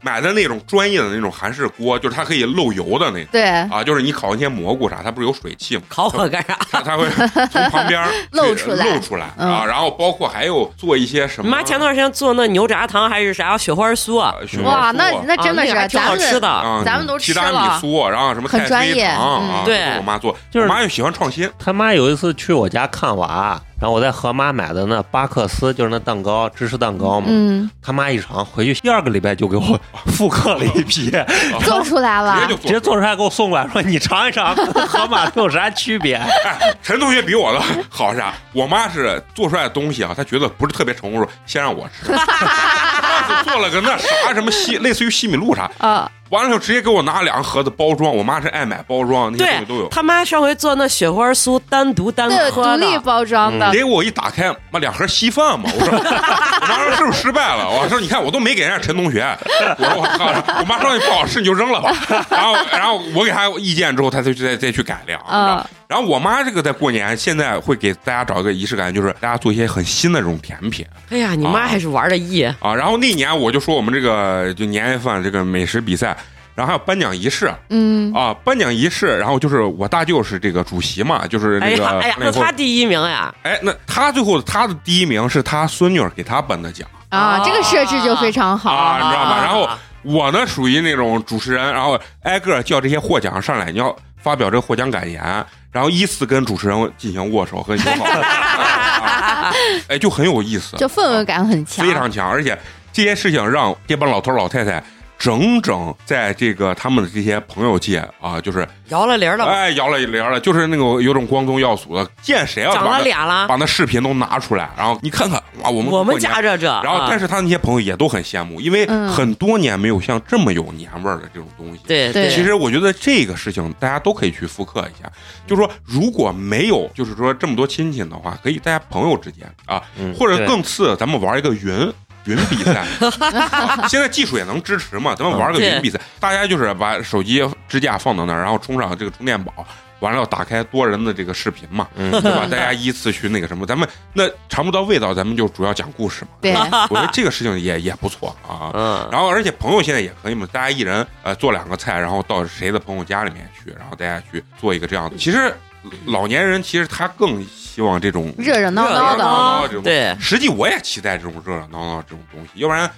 A: 买的那种专业的那种韩式锅，就是它可以漏油的那种。
C: 对，
A: 啊，就是你烤那些蘑菇啥，它不是有水汽吗？
B: 烤我干啥？
A: 它它会从旁 边儿去
C: 露出来
A: 露出来
C: 嗯
A: 啊，然后包括还有做一些什
B: 你
A: 么。
B: 妈前段时间做那牛轧糖还是啥雪花酥啊，
A: 呃雪
C: 哇，
A: 花酥
C: 那那真的
B: 啊那个还
C: 是
B: 挺
C: 咱
B: 好吃
C: 们嗯
B: 的。
A: 啊，
C: 咱们都
A: 提
C: 吃
A: 拉米
C: 了
A: 苏，然后什么
C: 很
A: 太妃
C: 专业
A: 糖啊
C: 嗯，
A: 都
B: 对
A: 是我妈做，
D: 就是
A: 我妈又喜欢创新，
D: 他妈有一次去我家看娃，然后我在河马买的那巴克斯，就是那蛋糕，芝士蛋糕嘛。
C: 嗯，
D: 他妈一尝，回去第二个礼拜就给我复刻了一 批，
A: 啊
C: 做出来
A: 直接
C: 了
A: 就，
D: 直接做出来给我送过来，说你尝一尝，跟河 马有啥区别？
A: 哎，陈同学比我的 好是啥？我妈是做出来的东西啊，她觉得不是特别成功的时候，先让我 吃。上次做了个那啥什么西，类似于西米露啥，
C: 啊，
A: 完了之后直接给我拿两个盒子包装。我妈是爱买包装，那些东
B: 对
A: 西都有。
B: 他妈上回做那雪花酥，单独单
C: 对，独
B: 喝
C: 立
B: 的，
C: 包装
B: 啊
C: 的，
A: 结果我一打开，妈两盒稀饭嘛，我说， 我妈说是不是失败了？我说你看我都没给人家陈同学，我说我靠，我妈说你不好吃你就扔了吧。然后然后我给她意见之后，她就去再再去改良。你知道吗
B: 嗯
C: 啊，
A: 然后我妈这个在过年现在会给大家找一个仪式感，就是大家做一些很新的这种甜品
B: 哎呀，你妈还是玩的艺，
A: 啊。然后那年我就说我们这个就年夜饭这个美食比赛，然后还有颁奖仪式
C: 嗯，
A: 啊，颁奖仪式，然后就是我大舅是这个主席嘛，就是
B: 哎
A: 那个
B: 呀，哎呀，
A: 那
B: 那
A: 以后
B: 他第一名呀，
A: 哎，那他最后他的第一名是他孙女儿给他颁的奖
C: 啊，这个设置就非常好
A: 啊，你知道吧？
B: 啊
A: 然后我呢属于那种主持人，然后挨个儿叫这些获奖上来，你要发表这个获奖感言，然后依次跟主持人进行握手和友 好，啊哎，就很有意思，
C: 就氛围感很强，
A: 非常强，而且这些事情让这帮老头儿老太太。整整在这个他们的这些朋友界啊，就是
B: 摇了铃儿了，
A: 哎摇了一帘了，就是那个有种光宗耀祖的，见谁啊，
B: 长
A: 把
B: 了
A: 那
B: 俩了
A: 把，那视频都拿出来，然后你看看哇，我们
B: 我
A: 过
B: 们
A: 年
B: 家这这，
A: 然后
B: 啊，
A: 但是他那些朋友也都很羡慕，因为
C: 嗯
A: 很多年没有像这么有年味儿的这种东西。，
B: 对
C: 对
A: 其实我觉得这个事情大家都可以去复刻一下，就是说如果没有就是说这么多亲戚的话，可以大家朋友之间啊，
D: 嗯
A: 或者
D: 对
A: 更次，咱们玩一个云。云比 赛、啊现在技术也能支持嘛？咱们
D: 嗯
A: 玩个云比赛，大家就是把手机支架放到那儿，然后充上这个充电宝，完了打开多人的这个视频嘛，
D: 嗯
A: 对吧？大家依次去那个什么，咱们那尝不到味道，咱们就主要讲故事嘛。
C: 对，
A: 我觉得这个事情也也不错啊。
D: 嗯，
A: 然后，而且朋友现在也可以嘛，大家一人呃做两个菜，然后到谁的朋友家里面去，然后大家去做一个这样的。其实老年人其实他更希望这种
C: 热热闹
B: 热热
C: 闹
A: 闹
C: 的
A: 闹
C: 啊，
A: 这种。，
B: 对，
A: 实际我也期待这种热热闹闹这种东西，要不然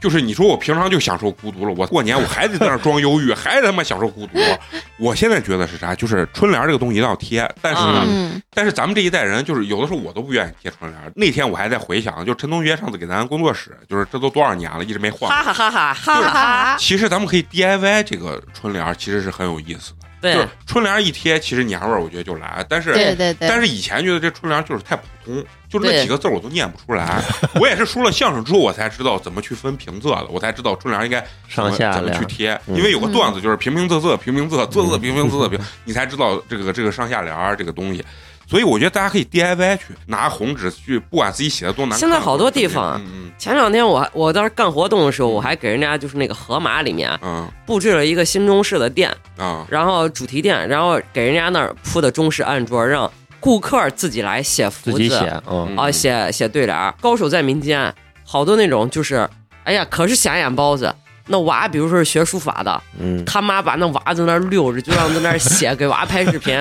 A: 就是你说我平常就享受孤独了，我过年 我还得在那儿装忧郁，还得他妈享受孤独。
B: 嗯
A: 我现在觉得是啥？就是春联这个东西一定要贴，但是呢，
B: 嗯
C: 嗯，
A: 但是咱们这一代人，就是有的时候我都不愿意贴窗帘儿。那天我还在回想，就陈同学上次给咱工作室，就是这都多少年了，一直没换
B: 哈
A: 过。
B: 哈哈哈哈
C: 哈
B: 哈哈，
C: 哈，
A: 其实咱们可以 DIY 这个春联儿，其实是很有意思的。就
B: 对
A: 是，春联儿一贴，其实年味儿我觉得就来。但是
C: 对对对，
A: 但是以前觉得这春联就是太普通，就是那
B: 对
A: 几个字我都念不出来。我也是说了相声之后，我才知道怎么去分平仄的，我才知道春联应该怎么
D: 上下
A: 怎么
D: 联
A: 去贴，
D: 嗯
A: 因为有个段子就是平平仄仄，平平仄，仄仄平平仄仄平，你才知道这个这个上下联儿这个东西。所以我觉得大家可以 DIY 去拿红纸去，不管自己写的多难看。
B: 现在好多地方啊
A: 嗯
B: 前两天我我当时干活动的时候，我还给人家就是那个河马里面
A: 嗯
B: 布置了一个新中式的店，
A: 嗯啊，
B: 然后主题店，然后给人家那儿铺的中式案桌，让顾客自己来写
D: 自
B: 福
D: 己写
B: 字
D: 嗯，
B: 啊，写写对联儿，高手在民间，好多那种就是，哎呀，可是瞎眼包子。那娃，比如说是学书法的，
D: 嗯，
B: 他妈把那娃在那儿溜着，就让在那儿写，给娃拍视 频。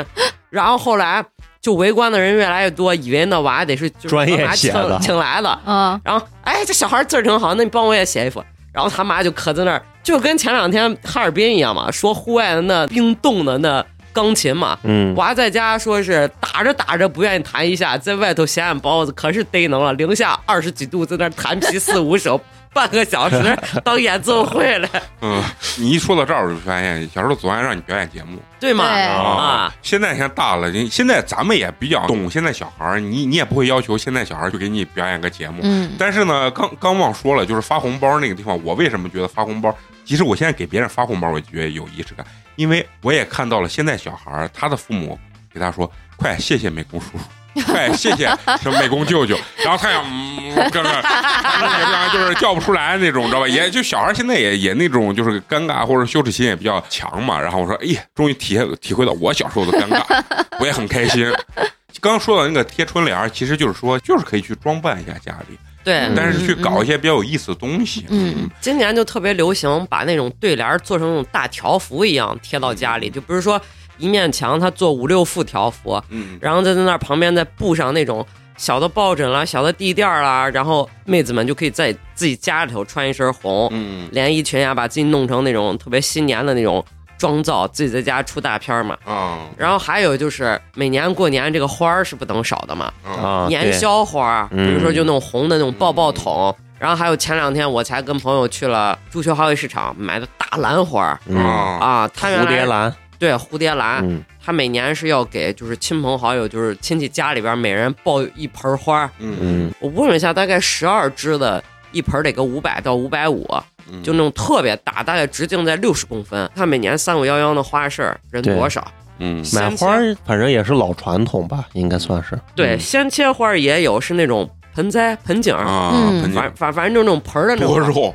B: 然后后来就围观的人越来越多，以为那娃得是就是
D: 专业
B: 他妈
D: 写
B: 请
D: 的
B: 请来的。
C: 嗯，
B: 然后哎，这小孩字儿挺好，那你帮我也写一幅。然后他妈就磕在那儿，就跟前两天哈尔滨一样嘛，说户外的那冰冻的那钢琴嘛，
D: 嗯，
B: 娃在家说是打着打着不愿意弹一下，在外头嫌俺包子可是逮能了，零下二十几度在那儿弹皮四五首， 半个小时当演奏会了，
A: 嗯，你一说到这儿，我就发现小时候总爱让你表演节目
B: 对吗？
A: 哦
C: 对
B: 啊，
A: 现在现在大了，你现在咱们也比较懂现在小孩儿，你你也不会要求现在小孩儿就给你表演个节目。
C: 嗯，
A: 但是呢，刚刚忘说了，就是发红包那个地方，我为什么觉得发红包？其实我现在给别人发红包，我觉得有仪式感，因为我也看到了现在小孩儿，他的父母给他说：“快谢谢美工叔叔， 快谢谢什么美工舅 舅。”然后他想，嗯，哥哥，嗯就是叫不出来那种，知道吧？也就小孩儿现在也也那种就是尴尬或者羞耻心也比较强嘛。然后我说：“哎呀，终于体验体会到我小时候的尴尬， 我也很开心。”刚刚说到那个贴春联儿，其实就是说，就是可以去装扮一下家里。
B: 对，
A: 但是去搞一些比较有意思的东西。
C: 嗯嗯，
B: 今年就特别流行把那种对联儿做成那种大条幅一样贴到家里，就不是说一面墙它做五六幅条幅，
A: 嗯，
B: 然后再在那儿旁边再布上那种小的抱枕啦、小的地垫儿啦，然后妹子们就可以在自己家里头穿一身红，
A: 嗯
B: 连衣裙呀、把自己弄成那种特别新年的那种妆造，自己在家出大片儿嘛。
A: 啊
B: 然后还有就是每年过年这个花儿是不能少的嘛，
A: 啊
D: 啊，
B: 嗯年
D: 对
B: 宵花儿，比
D: 嗯
B: 如说就那种红的那种抱抱桶。然后还有前两天我才跟朋友去了朱雀花卉市场买的大兰花儿
D: 嗯，
A: 啊！
B: 啊，它原
D: 蝴
B: 来啊
D: 蝶兰，
B: 对蝴蝶兰，
D: 嗯
B: 他每年是要给就是亲朋好友，就是亲戚家里边每人抱一盆花儿。
A: 嗯
D: 嗯
B: 我问了一下，大概十二支的一盆儿得个五百到五百五，
A: 嗯，
B: 就那种特别大，大概直径在六十公分。看每年三五幺幺的花市人
D: 对
B: 多少？
A: 嗯
D: 买花儿反正也是老传统吧，应该算是。
B: 对，鲜切花儿也有，是那种盆栽、盆景儿，
A: 嗯啊，
C: 嗯
A: 盆景
B: 反反反正就那种盆儿的那
A: 多
B: 种
A: 肉，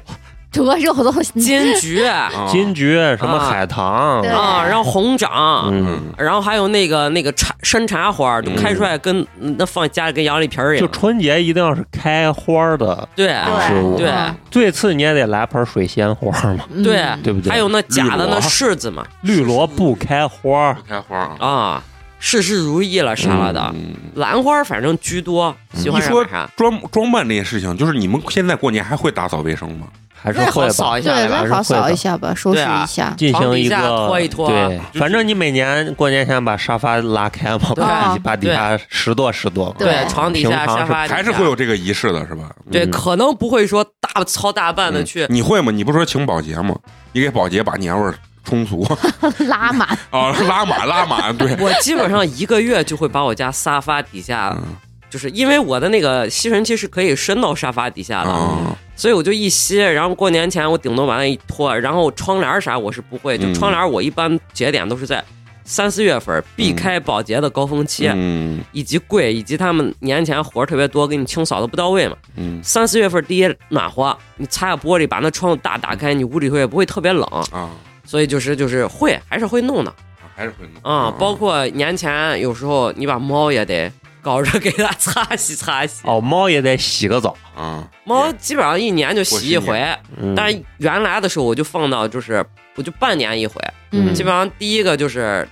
C: 多肉都
B: 金 桔
A: 啊
D: 金桔什么
B: 啊
D: 海棠，
C: 对
B: 啊，然后红掌。
D: 嗯，
B: 然后还有那个那个茶山茶花
A: 嗯
B: 儿，就开出来跟、那放家里跟洋梨皮儿一
D: 就
B: 样。
D: 春节一定要是开花儿的，
B: 对
D: 是
C: 对
D: 我
B: 对
D: 最次你也得来盆水仙花嘛，
C: 嗯
B: 对、
D: 对不对？
B: 还有那假的
D: 绿
B: 那
D: 萝
B: 柿子嘛，
D: 绿萝不开花儿
A: 不，开花啊。
B: 啊，事事如意了啥的，
A: 嗯
B: 兰花反正居多，喜欢
A: 一说
B: 上啥
A: 装装扮这件事情，就是你们现在过年还会打扫卫生吗？
D: 还是
B: 那
D: 会
B: 好
D: 吧。
B: 扫一下
C: 对，
B: 吧
D: 还
C: 那
D: 是
C: 好
D: 会
C: 扫
D: 的
C: 一下吧，收拾
B: 对啊
C: 一下。
D: 进
B: 床
D: 行
B: 底
D: 一
B: 下
D: 个
B: 拖一拖
D: 对，
A: 是
D: 反正你每年过年前把沙发拉开嘛，
B: 对
D: 把把底下拾掇拾掇嘛。
C: 对
B: 对，床底下、
D: 平常
B: 沙
D: 是
B: 发底下
A: 还是会有这个仪式的，是吧？
B: 对，
D: 嗯
B: 可能不会说大操大办的
A: 嗯
B: 去，
A: 你会吗？你不说请保洁吗？你给保洁把年味儿充足
C: 拉满，
A: 啊，拉满拉满，对，
B: 我基本上一个月就会把我家沙发底下，
A: 嗯
B: 就是因为我的那个吸尘器是可以伸到沙发底下的，
A: 啊，
B: 所以我就一吸，然后过年前我顶多往那一拖，然后窗帘啥我是不会，就
A: 嗯
B: 窗帘我一般节点都是在三四月份，避开保洁的高峰期。
A: 嗯
B: 以及贵，以及他们年前活儿特别多，给你清扫的不到位嘛。
A: 嗯
B: 三四月份第一暖和，你擦下玻璃，把那窗户大打开，你屋里头也不会特别冷，
A: 啊，
B: 所以就是就是会还是会弄的
A: 还是会弄
B: 啊、包括年前有时候你把猫也得搞着给它擦洗擦洗，
D: 哦，猫 也得洗个澡。
A: 啊，
B: 猫基本上一年就洗一
A: 过新
B: 回，
D: 嗯
B: 但是原来的时候我就放到就是我就半年一回，
C: 嗯，
B: 基本上第一个就是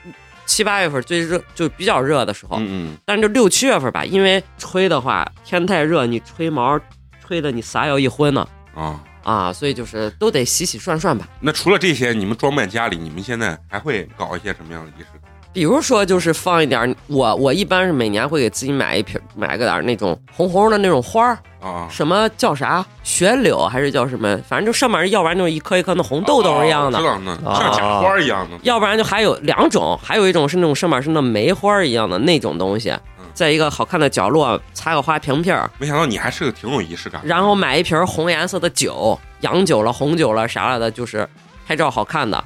B: 七八月份最热就比较热的时候，
A: 嗯
B: 但是就六七月份吧，因为吹的话天太热，你吹毛吹的你撒要一昏呢
A: 嗯啊。
B: 啊，所以就是都得洗洗涮涮吧。
A: 那除了这些，你们装扮家里，你们现在还会搞一些什么样的仪式感？
B: 比如说就是放一点儿，我我一般是每年会给自己买一瓶买个点儿那种红红的那种花儿，
A: 啊，
B: 什么叫啥雪柳还是叫什么，反正就上面要不然就是一颗一颗那红豆豆一样的
A: 哦，知道那
D: 啊
A: 像假花一样的。
B: 要不然就还有两种，还有一种是那种上面是那梅花儿一样的那种东西
A: 嗯，
B: 在一个好看的角落擦个花瓶片儿，
A: 没想到你还是个挺有仪式感的。
B: 然后买一瓶红颜色的酒，洋酒了、红酒了啥了的，就是拍照好看的。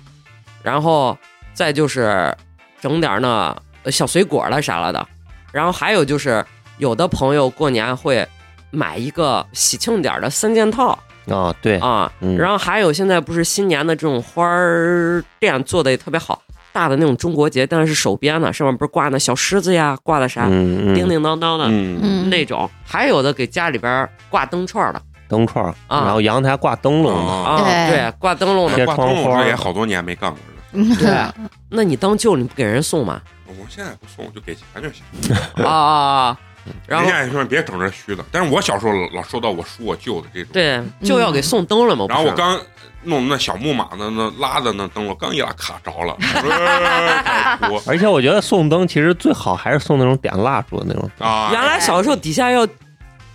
B: 然后再就是整点儿那呃小水果了啥了的。然后还有就是，有的朋友过年会买一个喜庆点儿的三件套
D: 啊，对，
B: 啊。
D: 嗯
B: 然后还有现在不是新年的这种花儿店做的也特别好，大的那种中国结，但是手编的，上面不是挂那小狮子呀，挂的啥、
D: 嗯
B: 叮
D: 嗯，
B: 叮当当的、
A: 嗯，
C: 嗯
B: 那种。还有的给家里边儿挂灯串儿的。
D: 灯串儿，
B: 啊
D: 然后阳台挂灯笼嘛，
A: 啊，
B: 啊，
C: 对
B: 对，挂灯笼的。
D: 贴
A: 挂
D: 窗
A: 灯笼
D: 花
A: 这也好多年没干过了。
C: 嗯
B: 对啊 那你当舅，你不给人送吗？
A: 我现在不送，就给钱就行。
B: 啊啊啊！然后
A: 人家也说别整这虚的，但是我小时候老收到我叔我舅的这种，
B: 对就要给送灯了嘛。不
A: 嗯然
B: 是
A: 后我刚弄那小木马的那拉的那灯笼，刚一拉卡着 了，呃开始哭
D: 而且我觉得送灯其实最好还是送那种点蜡烛的那种，
A: 啊，
B: 原来小时候底下要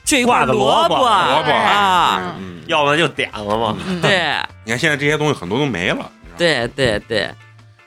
B: 这一块
D: 挂的萝卜
B: 卜
A: 萝卜
B: 啊，
A: 嗯，嗯
D: 要不然就点了嘛。
C: 嗯
B: 对
A: 你看现在这些东西很多都没了，你知道吗
B: 对对对，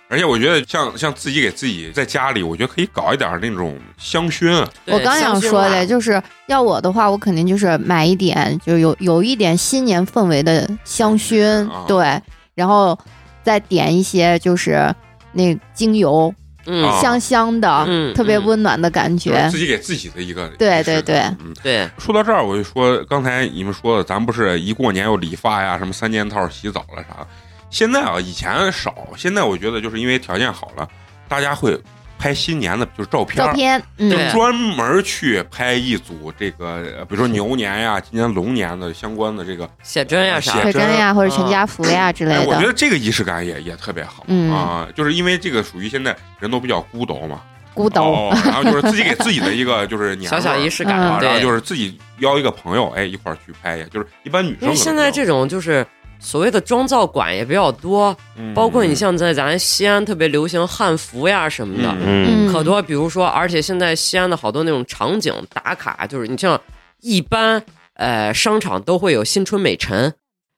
A: 而且我觉得像像自己给自己在家里，我觉得可以搞一点那种香薰，啊
B: 对
C: 我刚想说
B: 啊
C: 的，，就是要我的话，我肯定就是买一点，就是有有一点新年氛围的香薰
A: 啊，
C: 对，然后再点一些就是那精油，
B: 嗯
A: 啊
C: 香香的，
B: 嗯
C: 特别
B: 嗯
C: 温暖的感
A: 就是
C: 觉。
A: 自己给自己的一个，
C: 对对对，
A: 嗯。
B: 对，
A: 说到这儿，我就说刚才你们说的，咱不是一过年有理发呀，什么三件套、洗澡了啥。现在啊，以前少，现在我觉得就是因为条件好了，大家会拍新年的就是照片儿，
C: 照片，嗯，
B: 对
A: 专门去拍一组这个，呃比如说牛年呀、今年龙年的相关的这个。
B: 写真呀啥
A: 写
C: 腿
A: 真
C: 针呀，或者全家福呀之
A: 哎，
C: 类
A: 我觉
C: 的，
A: 得这个仪式感也也特别好、
C: 嗯
A: 啊，就是因为这个属于现在人都比较孤独嘛，
C: 孤独。
A: 哦，然后就是自己给自己的一个就是年
B: 小小
A: 味儿
B: 仪式感，
A: 啊，
C: 嗯
A: 然后
B: 对。
A: 就是自己邀一个朋友，哎，一块儿去拍一下，就是一般女生可
B: 因为
A: 能
B: 现在
A: 比较
B: 这种就是所谓的妆造馆也比较多，包
A: 嗯
B: 括你像在咱西安特别流行汉服呀什么的，
D: 嗯，
C: 嗯，
B: 可多。比如说，而且现在西安的好多那种场景打卡，就是你像一般呃商场都会有新春美辰，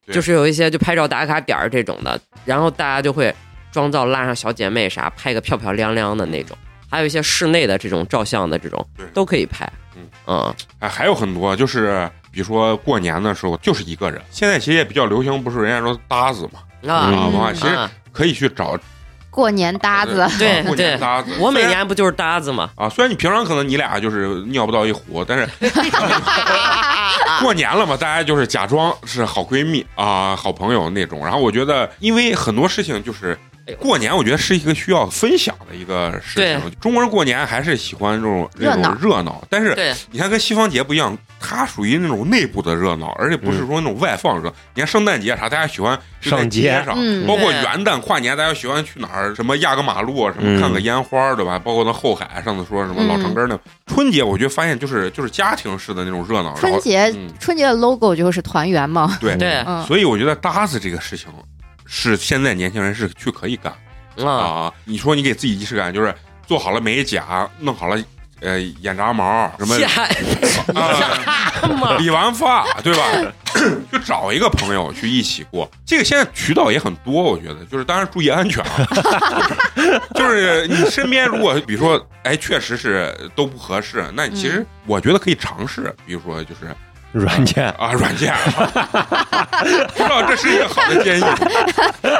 A: 对
B: 就是有一些就拍照打卡点儿这种的，然后大家就会妆造拉上小姐妹啥，拍个漂漂亮亮的那种。还有一些室内的这种照相的这种
A: 对
B: 都可以拍
A: 嗯，
B: 嗯，
A: 哎，还有很多就是。比如说过年的时候，就是一个人。现在其实也比较流行，不是人家说搭子嘛，啊，
B: 啊
A: 文化
C: 嗯
A: 其实
B: 啊
A: 可以去找
C: 过年搭子
A: 呃，
B: 对
A: 过
B: 对
A: 年搭子。
B: 我
A: 虽
B: 每
A: 然
B: 年不就是搭子 吗？
A: 啊，虽然你平常可能你俩就是尿不到一壶，但是
C: 啊
A: 过年了嘛，大家就是假装是好闺蜜啊、好朋友那种。然后我觉得，因为很多事情就是
B: 哎呦
A: 过年，我觉得是一个需要分享的一个事情。中国人过年还是喜欢这种
C: 热
A: 那
C: 闹
A: 种热闹，但是
B: 对，
A: 你看跟西方节不一样，它属于那种内部的热闹，而且
C: 嗯
A: 不是说那种外放热。你看圣诞节啥，大家喜欢就在
D: 上街
A: 街上，
C: 嗯
A: 包括
B: 对
A: 元旦跨年，大家喜欢去哪儿？什么压个马路啊，什么
D: 嗯
A: 看个烟花，对吧？包括那后海，上次说
C: 嗯
A: 什么老城根儿那、春节，我觉得发现就是就是家庭式的那种热闹。然
C: 春
A: 后
C: 节
A: 嗯，
C: 春节的 logo 就是团圆嘛，
A: 对
B: 对啊
C: 嗯，
A: 所以我觉得搭子这个事情是现在年轻人是去可以干
B: 啊，
A: 啊。你说你给自己仪式感，就是做好了美甲，弄好了呃眼睫毛，什么
B: 下
A: 啊
B: 嘛
A: 理完发，对吧？ 去找一个朋友去一起过，这个现在渠道也很多，我觉得就是当然注意安全啊。 就是你身边如果比如说哎确实是都不合适，那你其实我觉得可以尝试，比如说就是
D: 软件
A: 啊软件啊， 不知道这是一个好的建议吗，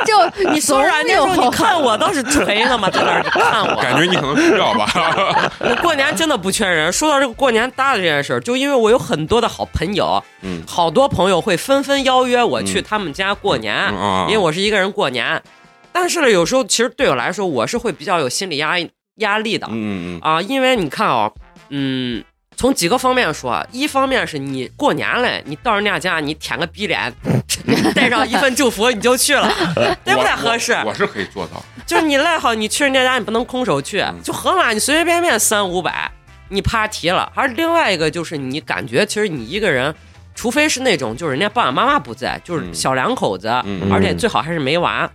C: 就
B: 你说
C: 总
B: 软件
C: 有
B: 说你看我倒是锤呢嘛，在那儿看我。
A: 感觉你可能需要吧。
B: 我过年真的不缺人。说到这个过年搭的这件事儿，就因为我有很多的好朋友，
A: 嗯
B: 好多朋友会纷纷邀约我去
A: 嗯
B: 他们家过年，
A: 嗯啊
B: 因为我是一个人过年。但是呢，有时候其实对我来说，我是会比较有心理压压力的、
A: 嗯嗯
B: 啊，因为你看啊、嗯，从几个方面说啊，一方面是你过年嘞，你到人家家，你舔个逼脸， 带上一份祝福你就 去了，对不
A: 我
B: 太合适。
A: 我我是可以做到，
B: 就是你赖好，你去人家家你不能空手去，
A: 嗯
B: 就河马你随随便便三五百，你趴提了。而另外一个就是你感觉其实你一个人，除非是那种就是人家爸爸妈妈不在，就是
A: 嗯
B: 小两口子，
A: 嗯嗯
B: 而且最好还是没娃，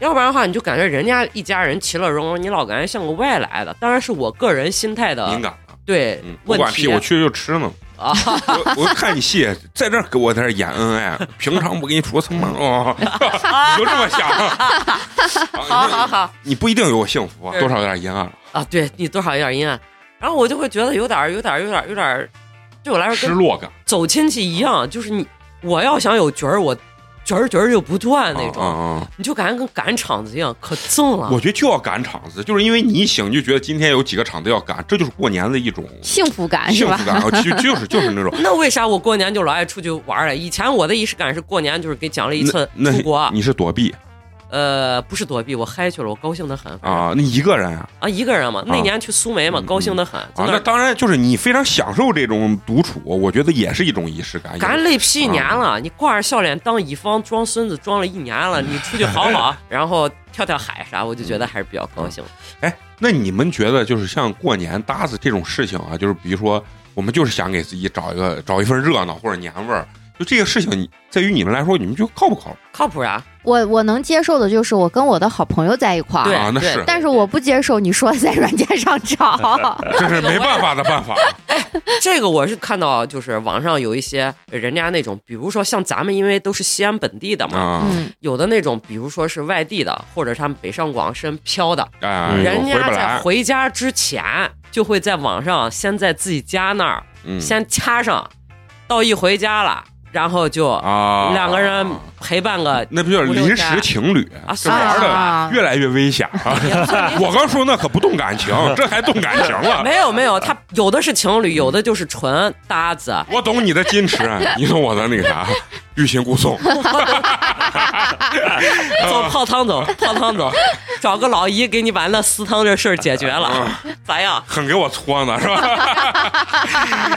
B: 要不然的话你就感觉人家一家人其乐融融，你老感觉像个外来的。当然是我个人心态的
A: 敏感了。
B: 对、
A: 嗯，不
B: 问
A: 管屁，
B: 题
A: 我去就吃呢。
B: 啊，
A: 我我看你戏，在这儿给我在这 儿演恩爱，平常不跟你说他妈哦，你就这么 想？啊
B: 好好好。
A: 你不一定有我幸福啊，
B: 是
A: 多少有点阴暗了，
B: 啊，对你多少有点阴暗，然后我就会觉得有点儿有点儿有点儿有点儿，对我来说
A: 失
B: 跟
A: 落感
B: 走亲戚一样，就是你我要想有角儿，我角儿角儿就不断那种，
A: 啊
B: 啊
A: 啊啊！
B: 你就感觉跟赶场子一样，可正了。
A: 我觉得就要赶场子，就是因为你一醒就觉得今天有几个场子要赶，这就是过年的一种
C: 幸福感是
A: 幸
C: 吧
A: 福？感，啊，就就是就是那种。
B: 那为啥我过年就老爱出去玩儿了？啊以前我的仪式感是过年就是给奖励 一次
A: 那
B: 出国，
A: 你是躲避
B: 呃，不是躲避，我嗨去了，我高兴的很
A: 啊？那一个人啊？
B: 啊一个人嘛，那年去苏梅嘛，
A: 嗯
B: 高兴的很，
A: 啊，
B: 在那
A: 那
B: 儿
A: 当然就是你非常享受这种独处，我觉得也是一种仪式感。
B: 赶累屁年
A: 啊
B: 了，你挂着笑脸当乙方装孙子装了一 年了，你出去好好，然后跳跳海啥，我就觉得还是
A: 嗯
B: 比较高兴的。
A: 哎，那你们觉得就是像过年搭子这种事情啊，就是比如说我们就是想给自己找一个找一份热闹或者年味儿。就这个事情，你在于你们来说，你们就靠不靠谱
B: 靠谱啊，
C: 我我能接受的就是我跟我的好朋友在一块
B: 对
C: 儿，
A: 啊？那
B: 对
A: 是，
C: 但是我不接受你说在软件上 找。
A: 这是没办法的办法。
B: 这个我是看到，就是网上有一些人家那种，比如说像咱们，因为都是西安本地的嘛，
A: 啊，
C: 嗯，
B: 有的那种，比如说是外地的，或者他们北上广深漂的，
A: 哎，
D: 嗯
B: 人
A: 回
B: 家
A: 不
B: 在
A: 来，
B: 回家之前就会在网上先在自己家那儿
A: 嗯
B: 先掐上，到一回家了，然后就
A: 啊，
B: 两个人陪伴个
A: 那不就是临时情侣
B: 啊
A: 这玩
C: 啊
A: 的越来越危险啊！ 我刚说那可不动感情，这还动感情了。
B: 没有没有，他有的是情侣，有的就是纯搭子。
A: 我懂你的矜持，啊你懂我的那个啥，欲擒故纵。
B: 走泡汤走，泡汤走，找个老姨给你把那私汤这事儿解决了，
A: 啊
B: 咋样？
A: 很给我搓呢，是吧？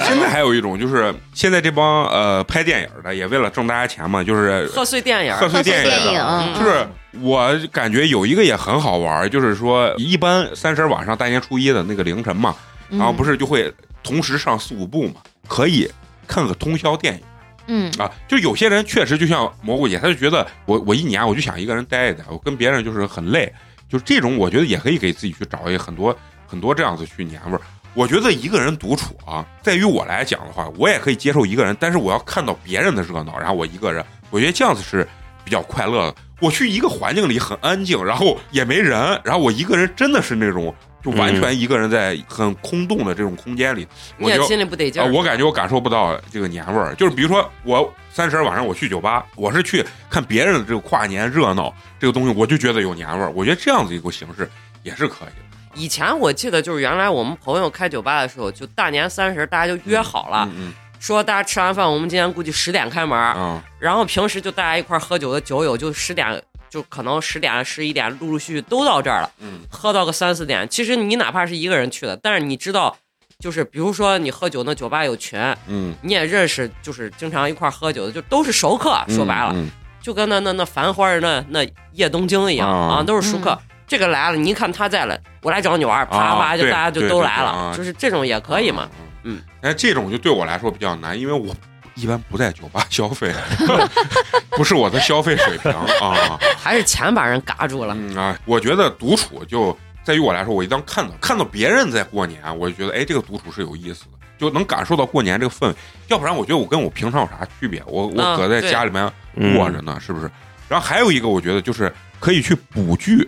A: 现在还有一种就是，现在这帮呃拍电影的也为了挣大家钱嘛，就是
B: 贺岁电影儿，
A: 贺岁电
C: 贺岁电
A: 影
C: 影
A: 的，
C: 嗯
A: 就是我感觉有一个也很好玩儿，就是说一般三十晚上大年初一的那个凌晨嘛，然后不
C: 是，
A: 是就会同时上四五部嘛，可以看个通宵电影。
C: 嗯
A: 啊，就有些人确实就像蘑菇姐，她就觉得我我一年我就想一个人待一待，我跟别人就是很累，就这种我觉得也可以给自己去找一个很多很多这样子去年味儿。我觉得一个人独处啊，在于我来讲的话，我也可以接受一个人，但是我要看到别人的热闹，然后我一个人，我觉得这样子是比较快乐的。我去一个环境里很安静，然后也没人，然后我一个人真的是那种就完全一个人在很空洞的这种空间里，
B: 你
A: 我
B: 也
A: 就
B: 心里不得劲
A: 啊、
B: 儿。
A: 我感觉我感受不到这个年味儿。就是比如说，我三十晚上我去酒吧，我是去看别人的这个跨年热闹这个东西，我就觉得有年味儿。我觉得这样子一个形式也是可以的。
B: 以前我记得就是原来我们朋友开酒吧的时候，就大年三十大家就约好了，
A: 嗯
B: 说大家吃完饭，我们今天估计十点开门
A: 嗯
B: 儿，
A: 啊
B: 然后平时就大家一块儿喝酒的酒友就十点。就可能十点、十一点，陆陆续续都到这儿了，
A: 嗯
B: 喝到个三四点。其实你哪怕是一个人去的，但是你知道，就是比如说你喝酒，那酒吧有群，
A: 嗯，
B: 你也认识，就是经常一块儿喝酒的，就都是熟客。说白了，
A: 嗯
B: 就跟那那那繁花儿那那夜东京一样
A: 啊
B: 啊，都是熟客。这个来了，你一看他在了，我来找你玩儿，啪
A: 啊
B: 啪就
A: 对
B: 大家就
A: 对
B: 都
A: 对
B: 来
A: 对
B: 了
A: 啊，
B: 就是这种也可以嘛。？
A: 嗯
B: 嗯，
A: 哎，这种就对我来说比较难，因为我一般不在酒吧消费， 不是我的消费水平啊。
B: 还是钱把人嘎住了，
A: 嗯啊，我觉得独处就在于我来说，我一旦看到看到别人在过年，我就觉得哎，这个独处是有意思的，就能感受到过年这个氛围。要不然，我觉得我跟我平常有啥区别？我我
B: 啊
A: 搁在
B: 对
A: 家里面
D: 嗯
A: 卧着呢，是不是？然后还有一个，我觉得就是可以去补剧，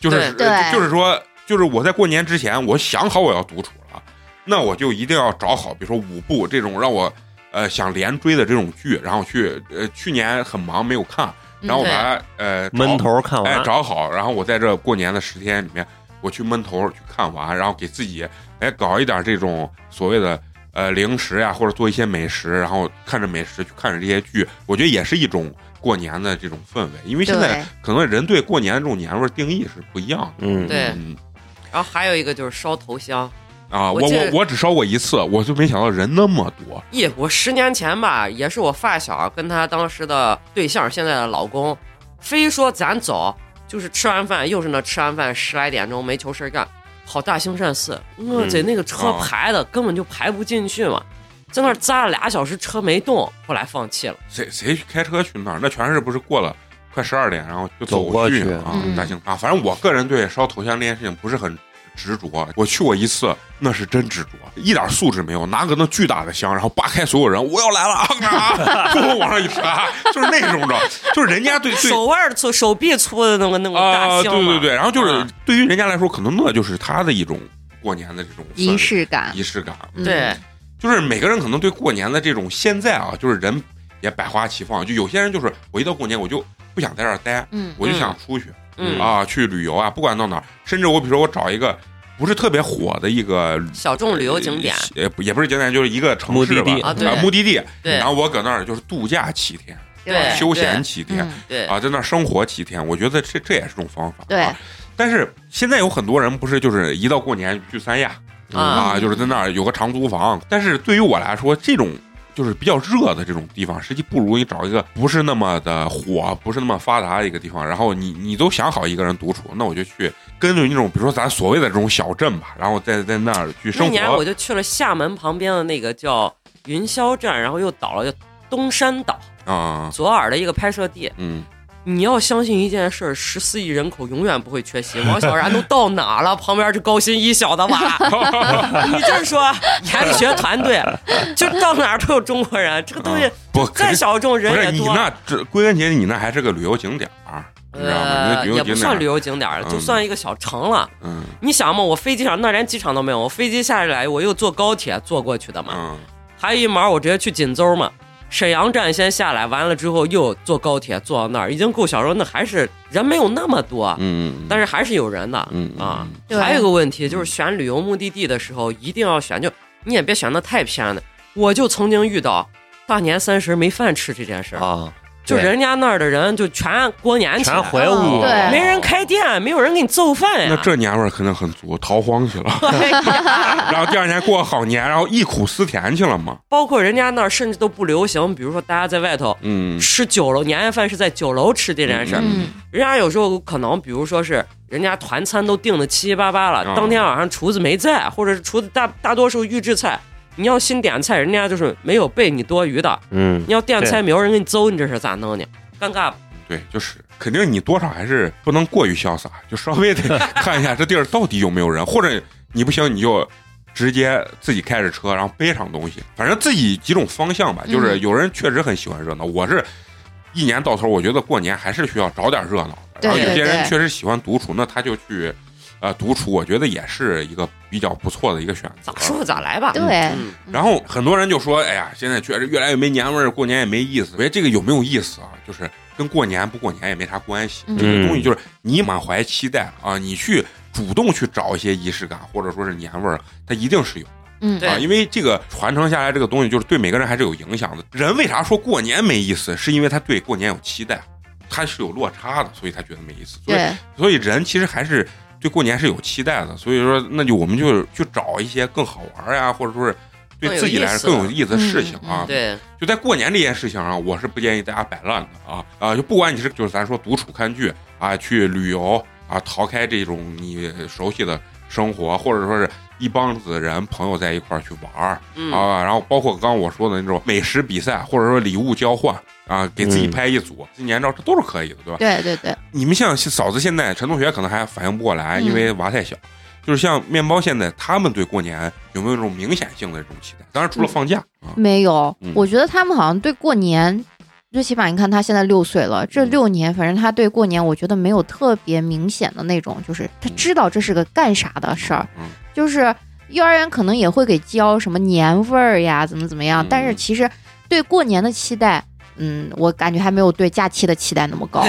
A: 就是
C: 对
A: 呃
C: 对
A: 就是说，就是我在过年之前，我想好我要独处了，那我就一定要找好，比如说五部这种让我呃想连追的这种剧，然后去呃去年很忙没有看，然
C: 嗯
A: 后我把它呃找
D: 闷头看
A: 哎
D: 完，
A: 找好，然后我在这过年的十天里面，我去闷头去看完，然后给自己哎搞一点这种所谓的呃零食呀、或者做一些美食，然后看着美食去看着这些剧，我觉得也是一种过年的这种氛围，因为现在
C: 对
A: 可能人对过年这种年味儿定义是不一样的。
D: 嗯，
B: 对
A: 嗯
B: 然后还有一个就是烧头香。
A: 啊，
B: 我
A: 我
B: 记
A: 我
B: 得
A: 我只烧过一次，我就没想到人那么多。
B: 咦，我十年前吧，也是我发小跟她当时的对象，现在的老公，非说咱走，就是吃完饭，又是那吃完饭十来点钟没球事儿干，跑大兴善寺，我
D: 嗯
B: 在那个车
A: 啊
B: 排的、根本就排不进去嘛，在那儿扎了俩小时车没动，后来放弃了。
A: 谁谁去开车去那儿？那全是不是过了快十二点，然后就
D: 走
A: 过
D: 过
A: 去
D: 去
A: 啊？
C: 嗯
A: 那行啊，反正我个人对烧头香这件事情不是很执着。我去过一次，那是真执着，一点素质没有，拿个那巨大的香，然后扒开所有人，我要来了啊！ 咣、往上一插，就是那种着，就是人家对对
B: 手腕儿粗、手臂粗的那个那个
A: 啊、
B: 大
A: 对
B: 香嘛、
A: 对对，然后就是
B: 啊
A: 对于人家来说，可能那就是他的一种过年的这种氛围
C: 仪式感，
A: 仪式感，
C: 嗯
B: 对，
A: 就是每个人可能对过年的这种现在啊，就是人也百花齐放，就有些人就是我一到过年我就不想在这儿待，
C: 嗯
A: 我就想出去、
B: 嗯，
A: 啊，去旅游啊，不管到哪儿，甚至我比如说我找一个不是特别火的一个。
B: 小众旅游景点，
A: 也不也不是景点，就是一个城市吧
D: 目的地
B: 啊对
A: 目的地。
B: 对
A: 呃然后我搁那儿就是度假七天，
B: 对
A: 休闲七天，
C: 嗯
B: 对，
A: 啊，在那儿生活七天，我觉得这这也是种方法。
C: 对
A: 啊，但是现在有很多人不是就是一到过年去三亚
B: 啊
A: 就是在那儿有个长租房，但是对于我来说，这种就是比较热的这种地方，实际不如你找一个不是那么的火、不是那么发达的一个地方，然后你你都想好一个人独处，那我就去根据那种比如说咱所谓的这种小镇吧，然后再在那儿去
B: 那
A: 生
B: 年我
A: 活。
B: 就去了厦门旁边的那个叫云霄站，然后又倒了，叫东山岛，
A: 啊，
B: 左耳的一个拍摄地。
A: 嗯，
B: 你要相信一件事儿，十四亿人口永远不会 缺席。王小然都到哪儿了？旁边是高新一小的娃，你就是说研学团队，就到哪儿都有中国人。这个东西
A: 啊不，肯
B: 再
A: 定
B: 小众，
A: 不
B: 人
A: 是
B: 也
A: 你
B: 多。
A: 那这归根结底，你那还是个旅游景点儿，你知道吗？那
B: 呃，
A: 旅游
B: 也不
A: 景
B: 算旅
A: 点儿，
B: 游景点儿了，就
A: 嗯
B: 算一个小城了。
A: 嗯
B: 你想嘛，我飞机上那连机场都没有，我飞机下来我又坐高铁坐过去的嘛。
A: 嗯
B: 还有一毛，我直接去锦州嘛，沈阳站先下来，完了之后又坐高铁坐到那儿，已经够小时候，那还是人没有那么多，
A: 嗯，
B: 但是还是有人的。
A: 嗯
B: 啊，
C: 对
B: 还有一个问题就是选旅游目的地的时候，一定要选，就你也别选的太偏的。我就曾经遇到大年三十没饭吃这件事儿，
A: 哦
D: 啊，
B: 就
D: 对
B: 人家那儿的人就全过年去
D: 全
B: 了，
D: 回屋，
C: 嗯对
B: 没人开店，没有人给你做饭呀。
A: 那这年味儿肯定很足，逃荒去 了，然后第二年过好年，然后忆苦思甜去了嘛。
B: 包括人家那儿甚至都不流行，比如说大家在外头
A: 嗯
B: 吃酒楼年夜饭是在酒楼吃这件事儿，
C: 嗯，
B: 人家有时候可能比如说是人家团餐都订的七七八八了，
A: 嗯
B: 当天晚上厨子没在，或者是厨子大大多数预制菜，你要新点菜，人家就是没有备你多余的，
D: 嗯，
B: 你要点菜没有人给你揍，你这是咋弄呢？尴尬，
A: 对，就是肯定你多少还是不能过于潇洒，就稍微得看一下这地儿到底有没有人，或者你不行你就直接自己开着车，然后背上东西，反正自己几种方向吧。就是
C: 嗯
A: 有人确实很喜欢热闹，我是一年到头，我觉得过年还是需要找点热闹的。
C: 对
A: 然后有
C: 对
A: 些人
C: 对
A: 确实喜欢独处，那他就去呃独处，我觉得也是一个比较不错的一个选择
B: 咋。舒服咋来吧。
C: 对，
B: 嗯，
A: 然后很多人就说：“哎呀，现在确实越来越没年味儿，过年也没意思。”哎，这个有没有意思啊？就是跟过年不过年也没啥关系。
C: 嗯
A: 这个东西就是你满怀期待啊，你去主动去找一些仪式感，或者说是年味儿，它一定是有
C: 嗯，
B: 对
A: 啊。因为这个传承下来这个东西，就是对每个人还是有影响的。人为啥说过年没意思？是因为他对过年有期待，他是有落差的，所以他觉得没意思。所以
C: 对，
A: 所以人其实还是对过年是有期待的，所以说那就我们就去找一些更好玩呀、或者说是对自己来说更有意思的事情啊。
B: 嗯对，
A: 就在过年这件事情上，我是不建议大家摆烂的啊啊！就不管你是就是咱说独处看剧啊，去旅游啊，逃开这种你熟悉的生活，或者说是一帮子人朋友在一块儿去玩儿，
B: 嗯，
A: 啊，然后包括刚刚我说的那种美食比赛，或者说礼物交换啊，给自己
D: 嗯
A: 拍一组纪念照，这都是可以的，对吧？
C: 对对对，
A: 你们像嫂子现在陈同学可能还反应不过来，
C: 嗯
A: 因为娃太小。就是像面包现在他们对过年有没有这种明显性的这种期待？当然除了
C: 嗯
A: 放假啊，
C: 没有
A: 嗯，
C: 我觉得他们好像对过年。最起码你看他现在六岁了，这
A: 嗯
C: 六年反正他对过年，我觉得没有特别明显的那种，就是他知道这是啊个干啥的事儿，
A: 嗯
C: 就是幼儿园可能也会给教什么年味儿呀，怎么怎么样
A: 嗯，
C: 但是其实对过年的期待，嗯，我感觉还没有对假期的期待那么 高。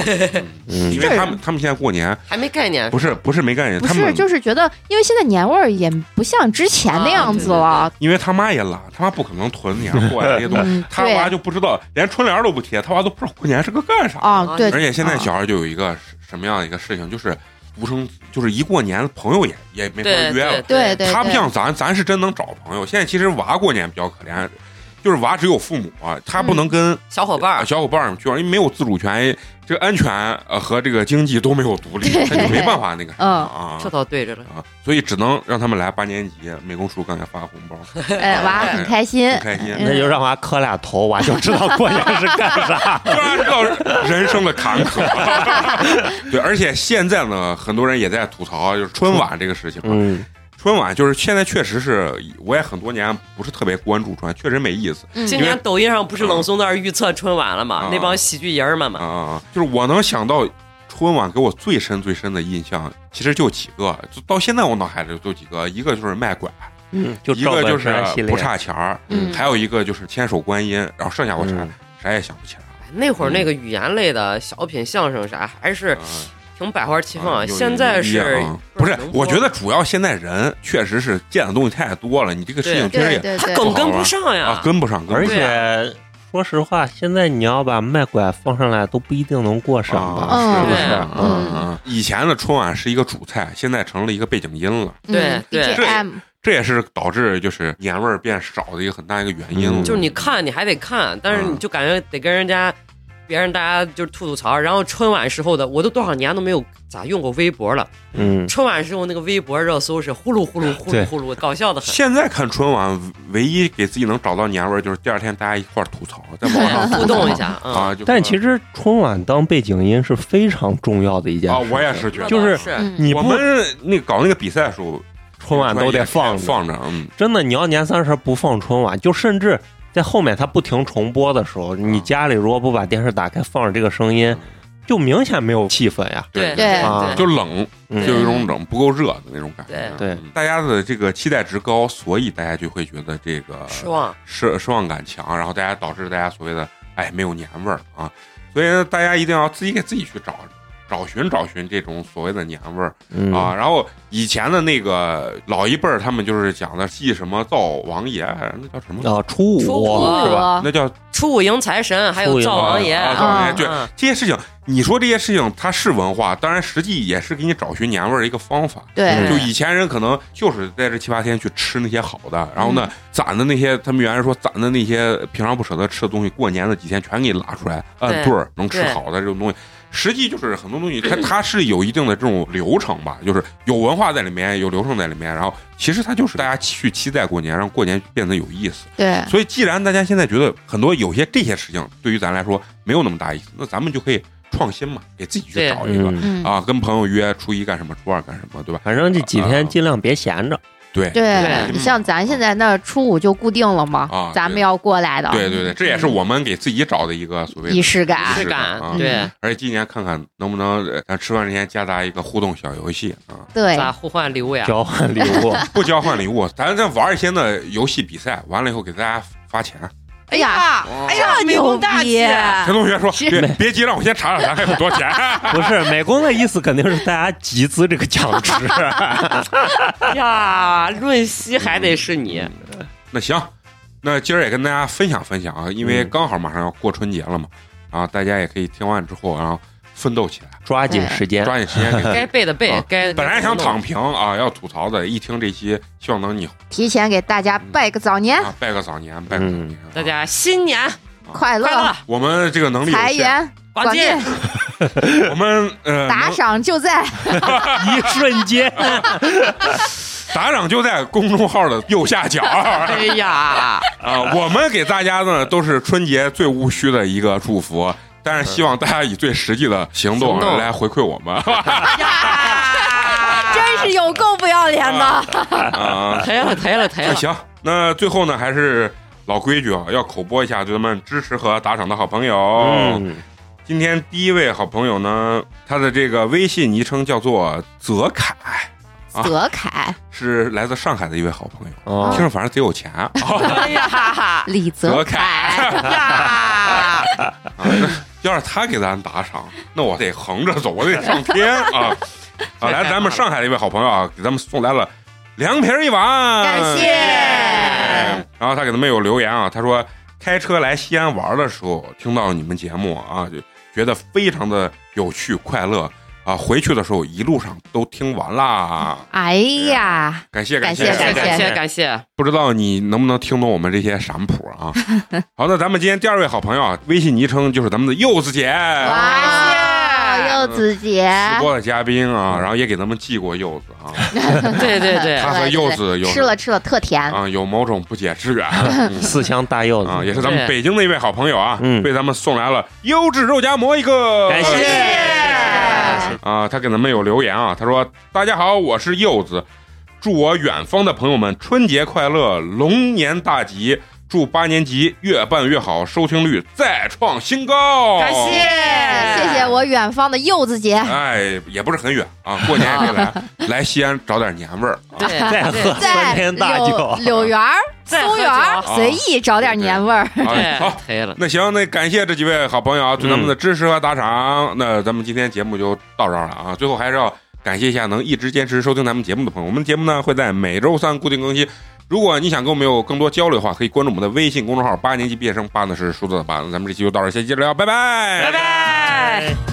D: 嗯
A: 因为他们他们现在过年
B: 还没概念。
A: 不是不是没概念，
C: 哎不
A: 他
C: 是，
A: 们
C: 就是觉得，因为现在年味儿也不像之前
A: 啊
C: 那样子了。
A: 因为他妈也懒，他妈不可能囤年货 呀这些东西，
C: 嗯，
A: 他
C: 对，
A: 娃就不知道，连春联都不贴，他娃都不知道过年是个干啥的
C: 啊，对，
A: 而且现在
C: 啊
A: 小孩就有一个什什么样的一个事情，就是独生子，就是一过年朋友也也没法
B: 对
A: 约
B: 对
A: 了。
C: 对对，
A: 他不
C: 对
A: 像咱，咱是真能找朋友。现在其实娃过年比较可怜，就是娃只有父母，啊他
C: 嗯
A: 不能跟
B: 小伙伴儿，
A: 小伙伴儿们去玩，因为没有自主权，这个安全呃和这个经济都没有独立，
C: 对
A: 他就没办法那个啥
C: 嗯
A: 啊
B: 这倒对着了。
A: 啊，所以只能让他们来八年级。美工叔刚才发红包，
C: 哎，娃很开心，
A: 很开心
C: 嗯
D: 那就让娃磕俩头，娃就知道过年是干啥。
A: 突然知道人生的坎 坷。对，而且现在呢，很多人也在吐槽啊就是春晚这个事情。啊
D: 嗯，
A: 春晚就是现在确实是，我也很多年不是特别关注春晚，确实没意思
C: 嗯
B: 今年抖音上不是冷松在那儿预测春晚了吗？
A: 啊
B: 那帮喜剧人儿们
A: 啊
B: 嘛，
A: 啊啊！就是我能想到春晚给我最深最深的印象，其实就几个，就到现在我脑海里就几个，一个就是卖拐，
D: 嗯，就
A: 一
D: 赵
A: 个
D: 本
A: 就是
D: 山系列
A: 不差钱儿，
C: 嗯
A: 还有一个就是千手观音，然后剩下我啥、
D: 嗯
A: 啥也想不起来了。
B: 那会儿那个语言类的小品、相声啥，还是挺百花齐放啊。
A: 啊啊有
B: 现在
A: 有有
B: 是
A: 有啊不是
B: 能？播
A: 我觉得主要现在人确实是见的东西太多了，你这个事情确实
C: 对
A: 也啊
C: 对
B: 他
C: 对，
B: 梗跟不上呀
A: 啊。跟不上，跟不
D: 而
A: 上
D: 且说实话，现在你要把卖拐放上来，都不一定能过审吧？
A: 啊
C: 嗯
A: 是不是？嗯
B: 对
D: 啊
A: 嗯，嗯以前的春晚是一个主菜，现在成了一个背景音了，
C: 嗯
B: 对对
C: BGM，
A: 这也是导致就是年味儿变少的一个很大一个原因了。
D: 嗯
B: 就是你看你还得看，但是你就感觉得跟人家。别人大家就是吐吐槽，然后春晚时候的我都多少年都没有咋用过微博了。
D: 嗯，
B: 春晚时候那个微博热搜是呼噜呼噜呼噜
D: 对
B: 呼噜，搞笑的很。
A: 现在看春晚，唯一给自己能找到年味儿，就是第二天大家一块儿吐槽，在网 上
B: 互动一下啊
A: 啊。就
D: 但其实春晚当背景音是非常重要的一件
A: 啊，
D: 事情。
A: 我也是觉得，
D: 就是
B: 是
C: 嗯，
D: 你
A: 我
D: 不
A: 们那个搞那个比赛的时候，
D: 春晚都得放着
A: 放着，嗯，
D: 真的，你要年三十不放春晚，就甚至在后面它不停重播的时候，
A: 啊
D: 你家里如果不把电视打开放着这个声音
A: 嗯，
D: 就明显没有气氛呀。
B: 对
A: 对
D: 啊
A: 就冷，
D: 嗯
A: 就有一种冷不够热的那种感觉。
D: 对
A: 嗯大家的这个期待值高，所以大家就会觉得这个
B: 失望。
A: 失失望感强，然后大家导致大家所谓的哎没有年味儿啊，所以呢，大家一定要自己给自己去找找寻找寻这种所谓的年味儿
D: 嗯
A: 啊。然后以前的那个老一辈儿，他们就是讲的祭什么灶王爷，那叫什么？
D: 啊，初
B: 初
D: 五啊
B: 五
D: 是吧？
C: 我
A: 那叫
B: 初五迎财神，还有灶王爷，
A: 啊，
C: 灶王爷
B: 嗯
A: 对
B: 嗯
A: 这些事情，你说这些事情它是文化，当然实际也是给你找寻年味儿的一个方法。
C: 对
A: 就以前人可能就是在这七八天去吃那些好的，然后呢攒的那些，他们原来说攒的那些平常不舍得吃的东西，过年的几天全给你拉出来，按
B: 对
A: 对儿能吃
B: 对
A: 好的这种东西。实际就是很多东西，它它是有一定的这种流程吧，就是有文化在里面，有流程在里面。然后其实它就是大家去期待过年，让过年变得有意思。
C: 对
A: 所以既然大家现在觉得很多有些这些事情对于咱来说没有那么大意思，那咱们就可以创新嘛，给自己去
B: 对
A: 找一个
C: 嗯
D: 嗯，
A: 啊，跟朋友约初一干什么，初二干什么，对吧？
D: 反正这几
A: 啊
D: 天尽量别闲着。
A: 对
C: 对，
A: 嗯
C: 你像咱现在那初五就固定了
A: 啊
C: 嘛，咱们
A: 对
C: 要过来的，
A: 对对对，这也是我们给自己找的一个所谓的
C: 仪式
A: 仪
C: 感
A: 式，
B: 是
A: 感啊
B: 感，
C: 嗯
B: 对，
A: 而且今年看看能不能呃咱吃饭之前夹杂一个互动小游戏啊，
C: 对
B: 咋互换礼物呀？
D: 交换礼 物，
A: 不交换礼物，咱再玩一些那游戏比赛，完了以后给大家发钱。
C: 哎呀，
A: 哦
E: 哎呀，美工大气，
B: 啊
A: 陈同学说：“
C: 是
A: 别别急，让我先查查咱还有多少钱。
D: 不是美工的意思，肯定是大家集资这个奖池。
B: 哎呀，论析还得是你，
A: 嗯那行，那今儿也跟大家分享分享啊，因为
D: 嗯
A: 刚好马上要过春节了嘛，然后大家也可以听完之后，然后奋斗起来，
D: 抓紧时间，
A: 抓紧时间
C: 嗯
A: 给自己
B: 该背的背
A: 啊，
B: 该
A: 本来想躺平啊，要吐槽的，一听这期，希望能你
C: 提前给大家拜个早年，
A: 啊拜个早年，拜个早年，
B: 嗯
A: 啊
B: 大家新年
C: 哎
B: 快
C: 快
B: 乐
C: 乐，，
A: 我们这个能力有
C: 财
A: 限，
C: 源
B: 广进，
C: 广
A: 我们呃
C: 打
A: 能
C: 赏就在，
D: 一瞬间。
A: 打赏就在公众号的右下 角
B: 哎 呀，
A: 啊，我们给大家呢都是春节最无需的一个祝福。但是希望大家以最实际的行动
B: 行动
A: 来回馈我 们
B: 哎呀
C: 真是有够不要脸的。
A: 啊！
B: 抬了抬了抬
A: 那
B: 了，
A: 行，那最后呢，还是老规矩啊，要口播一下对咱们支持和打赏的好朋友。
D: 嗯，
A: 今天第一位好朋友呢，他的这个微信昵称叫做泽凯，
D: 嗯
A: 啊
C: 泽凯、
A: 是来自上海的一位好朋友，
D: 哦
A: 听着反正贼有 钱啊。
B: 哎呀
C: 李
A: 泽
C: 泽 凯，
B: 呀，
A: 啊那要是他给咱打赏，那我得横着走，我得上天啊！ 啊，来，咱们上海的一位好朋友啊，给咱们送来了凉皮儿一
D: 嗯
A: 碗，
C: 感谢
A: 哎然后他给咱们有留言啊，他说开车来西安玩的时候听到你们节目啊，就觉得非常的有趣快乐啊，回去的时候一路上都听完啦，
C: 哎呀，
A: 感谢
C: 感
A: 谢
C: 谢感
B: 感
C: 谢
B: 谢感谢，
A: 不知道你能不能听懂我们这些闪谱啊？好，那咱们今天第二位好朋友啊，微信昵称就是咱们的柚子姐。
D: 嗯
C: 哇，柚子姐，
A: 直播的嘉宾啊，然后也给咱们寄过柚子啊，
B: 对对对，
A: 他和柚子有
C: 吃了吃了，特甜。
A: 啊，有某种不解之缘嗯
D: 四箱大柚
A: 啊，也
D: 子，
A: 是咱们
B: 对
A: 北京的一位好朋友啊，
D: 嗯
A: 为咱们送来了优质肉夹馍一个，
D: 感
C: 谢
A: 啊，他给咱们有留言啊，他说：“大家好，我是柚子，祝我远方的朋友们春节快乐，龙年大吉。”祝八年级越办越好，收听率再创新高。
B: 感谢，
D: 嗯
C: 谢谢我远方的柚子姐，
A: 哎，也不是很远啊，过年也可以 来，来西安找点年味儿啊。
B: 对，
D: 再喝
B: 对
D: 嗯三
C: 在
D: 天大
C: 柳
D: 酒，嗯
C: 柳园儿、
B: 再
C: 松
B: 喝酒
C: 园儿随意找点年味儿。
A: 啊
B: 对
A: 好，，
B: 抬了，
A: 那行，那感谢这几位好朋友啊，对咱们的支持和打赏。那咱们今天节目就到这儿了啊。最后还是要感谢一下能一直坚持收听咱们节目的朋友。我们节目呢会在每周三固定更新。如果你想跟我们有更多交流的话，可以关注我们的微信公众号“八年级毕业生”，八呢是数字的八。咱们这期就到这儿，下期接着聊，拜拜，
B: 拜拜。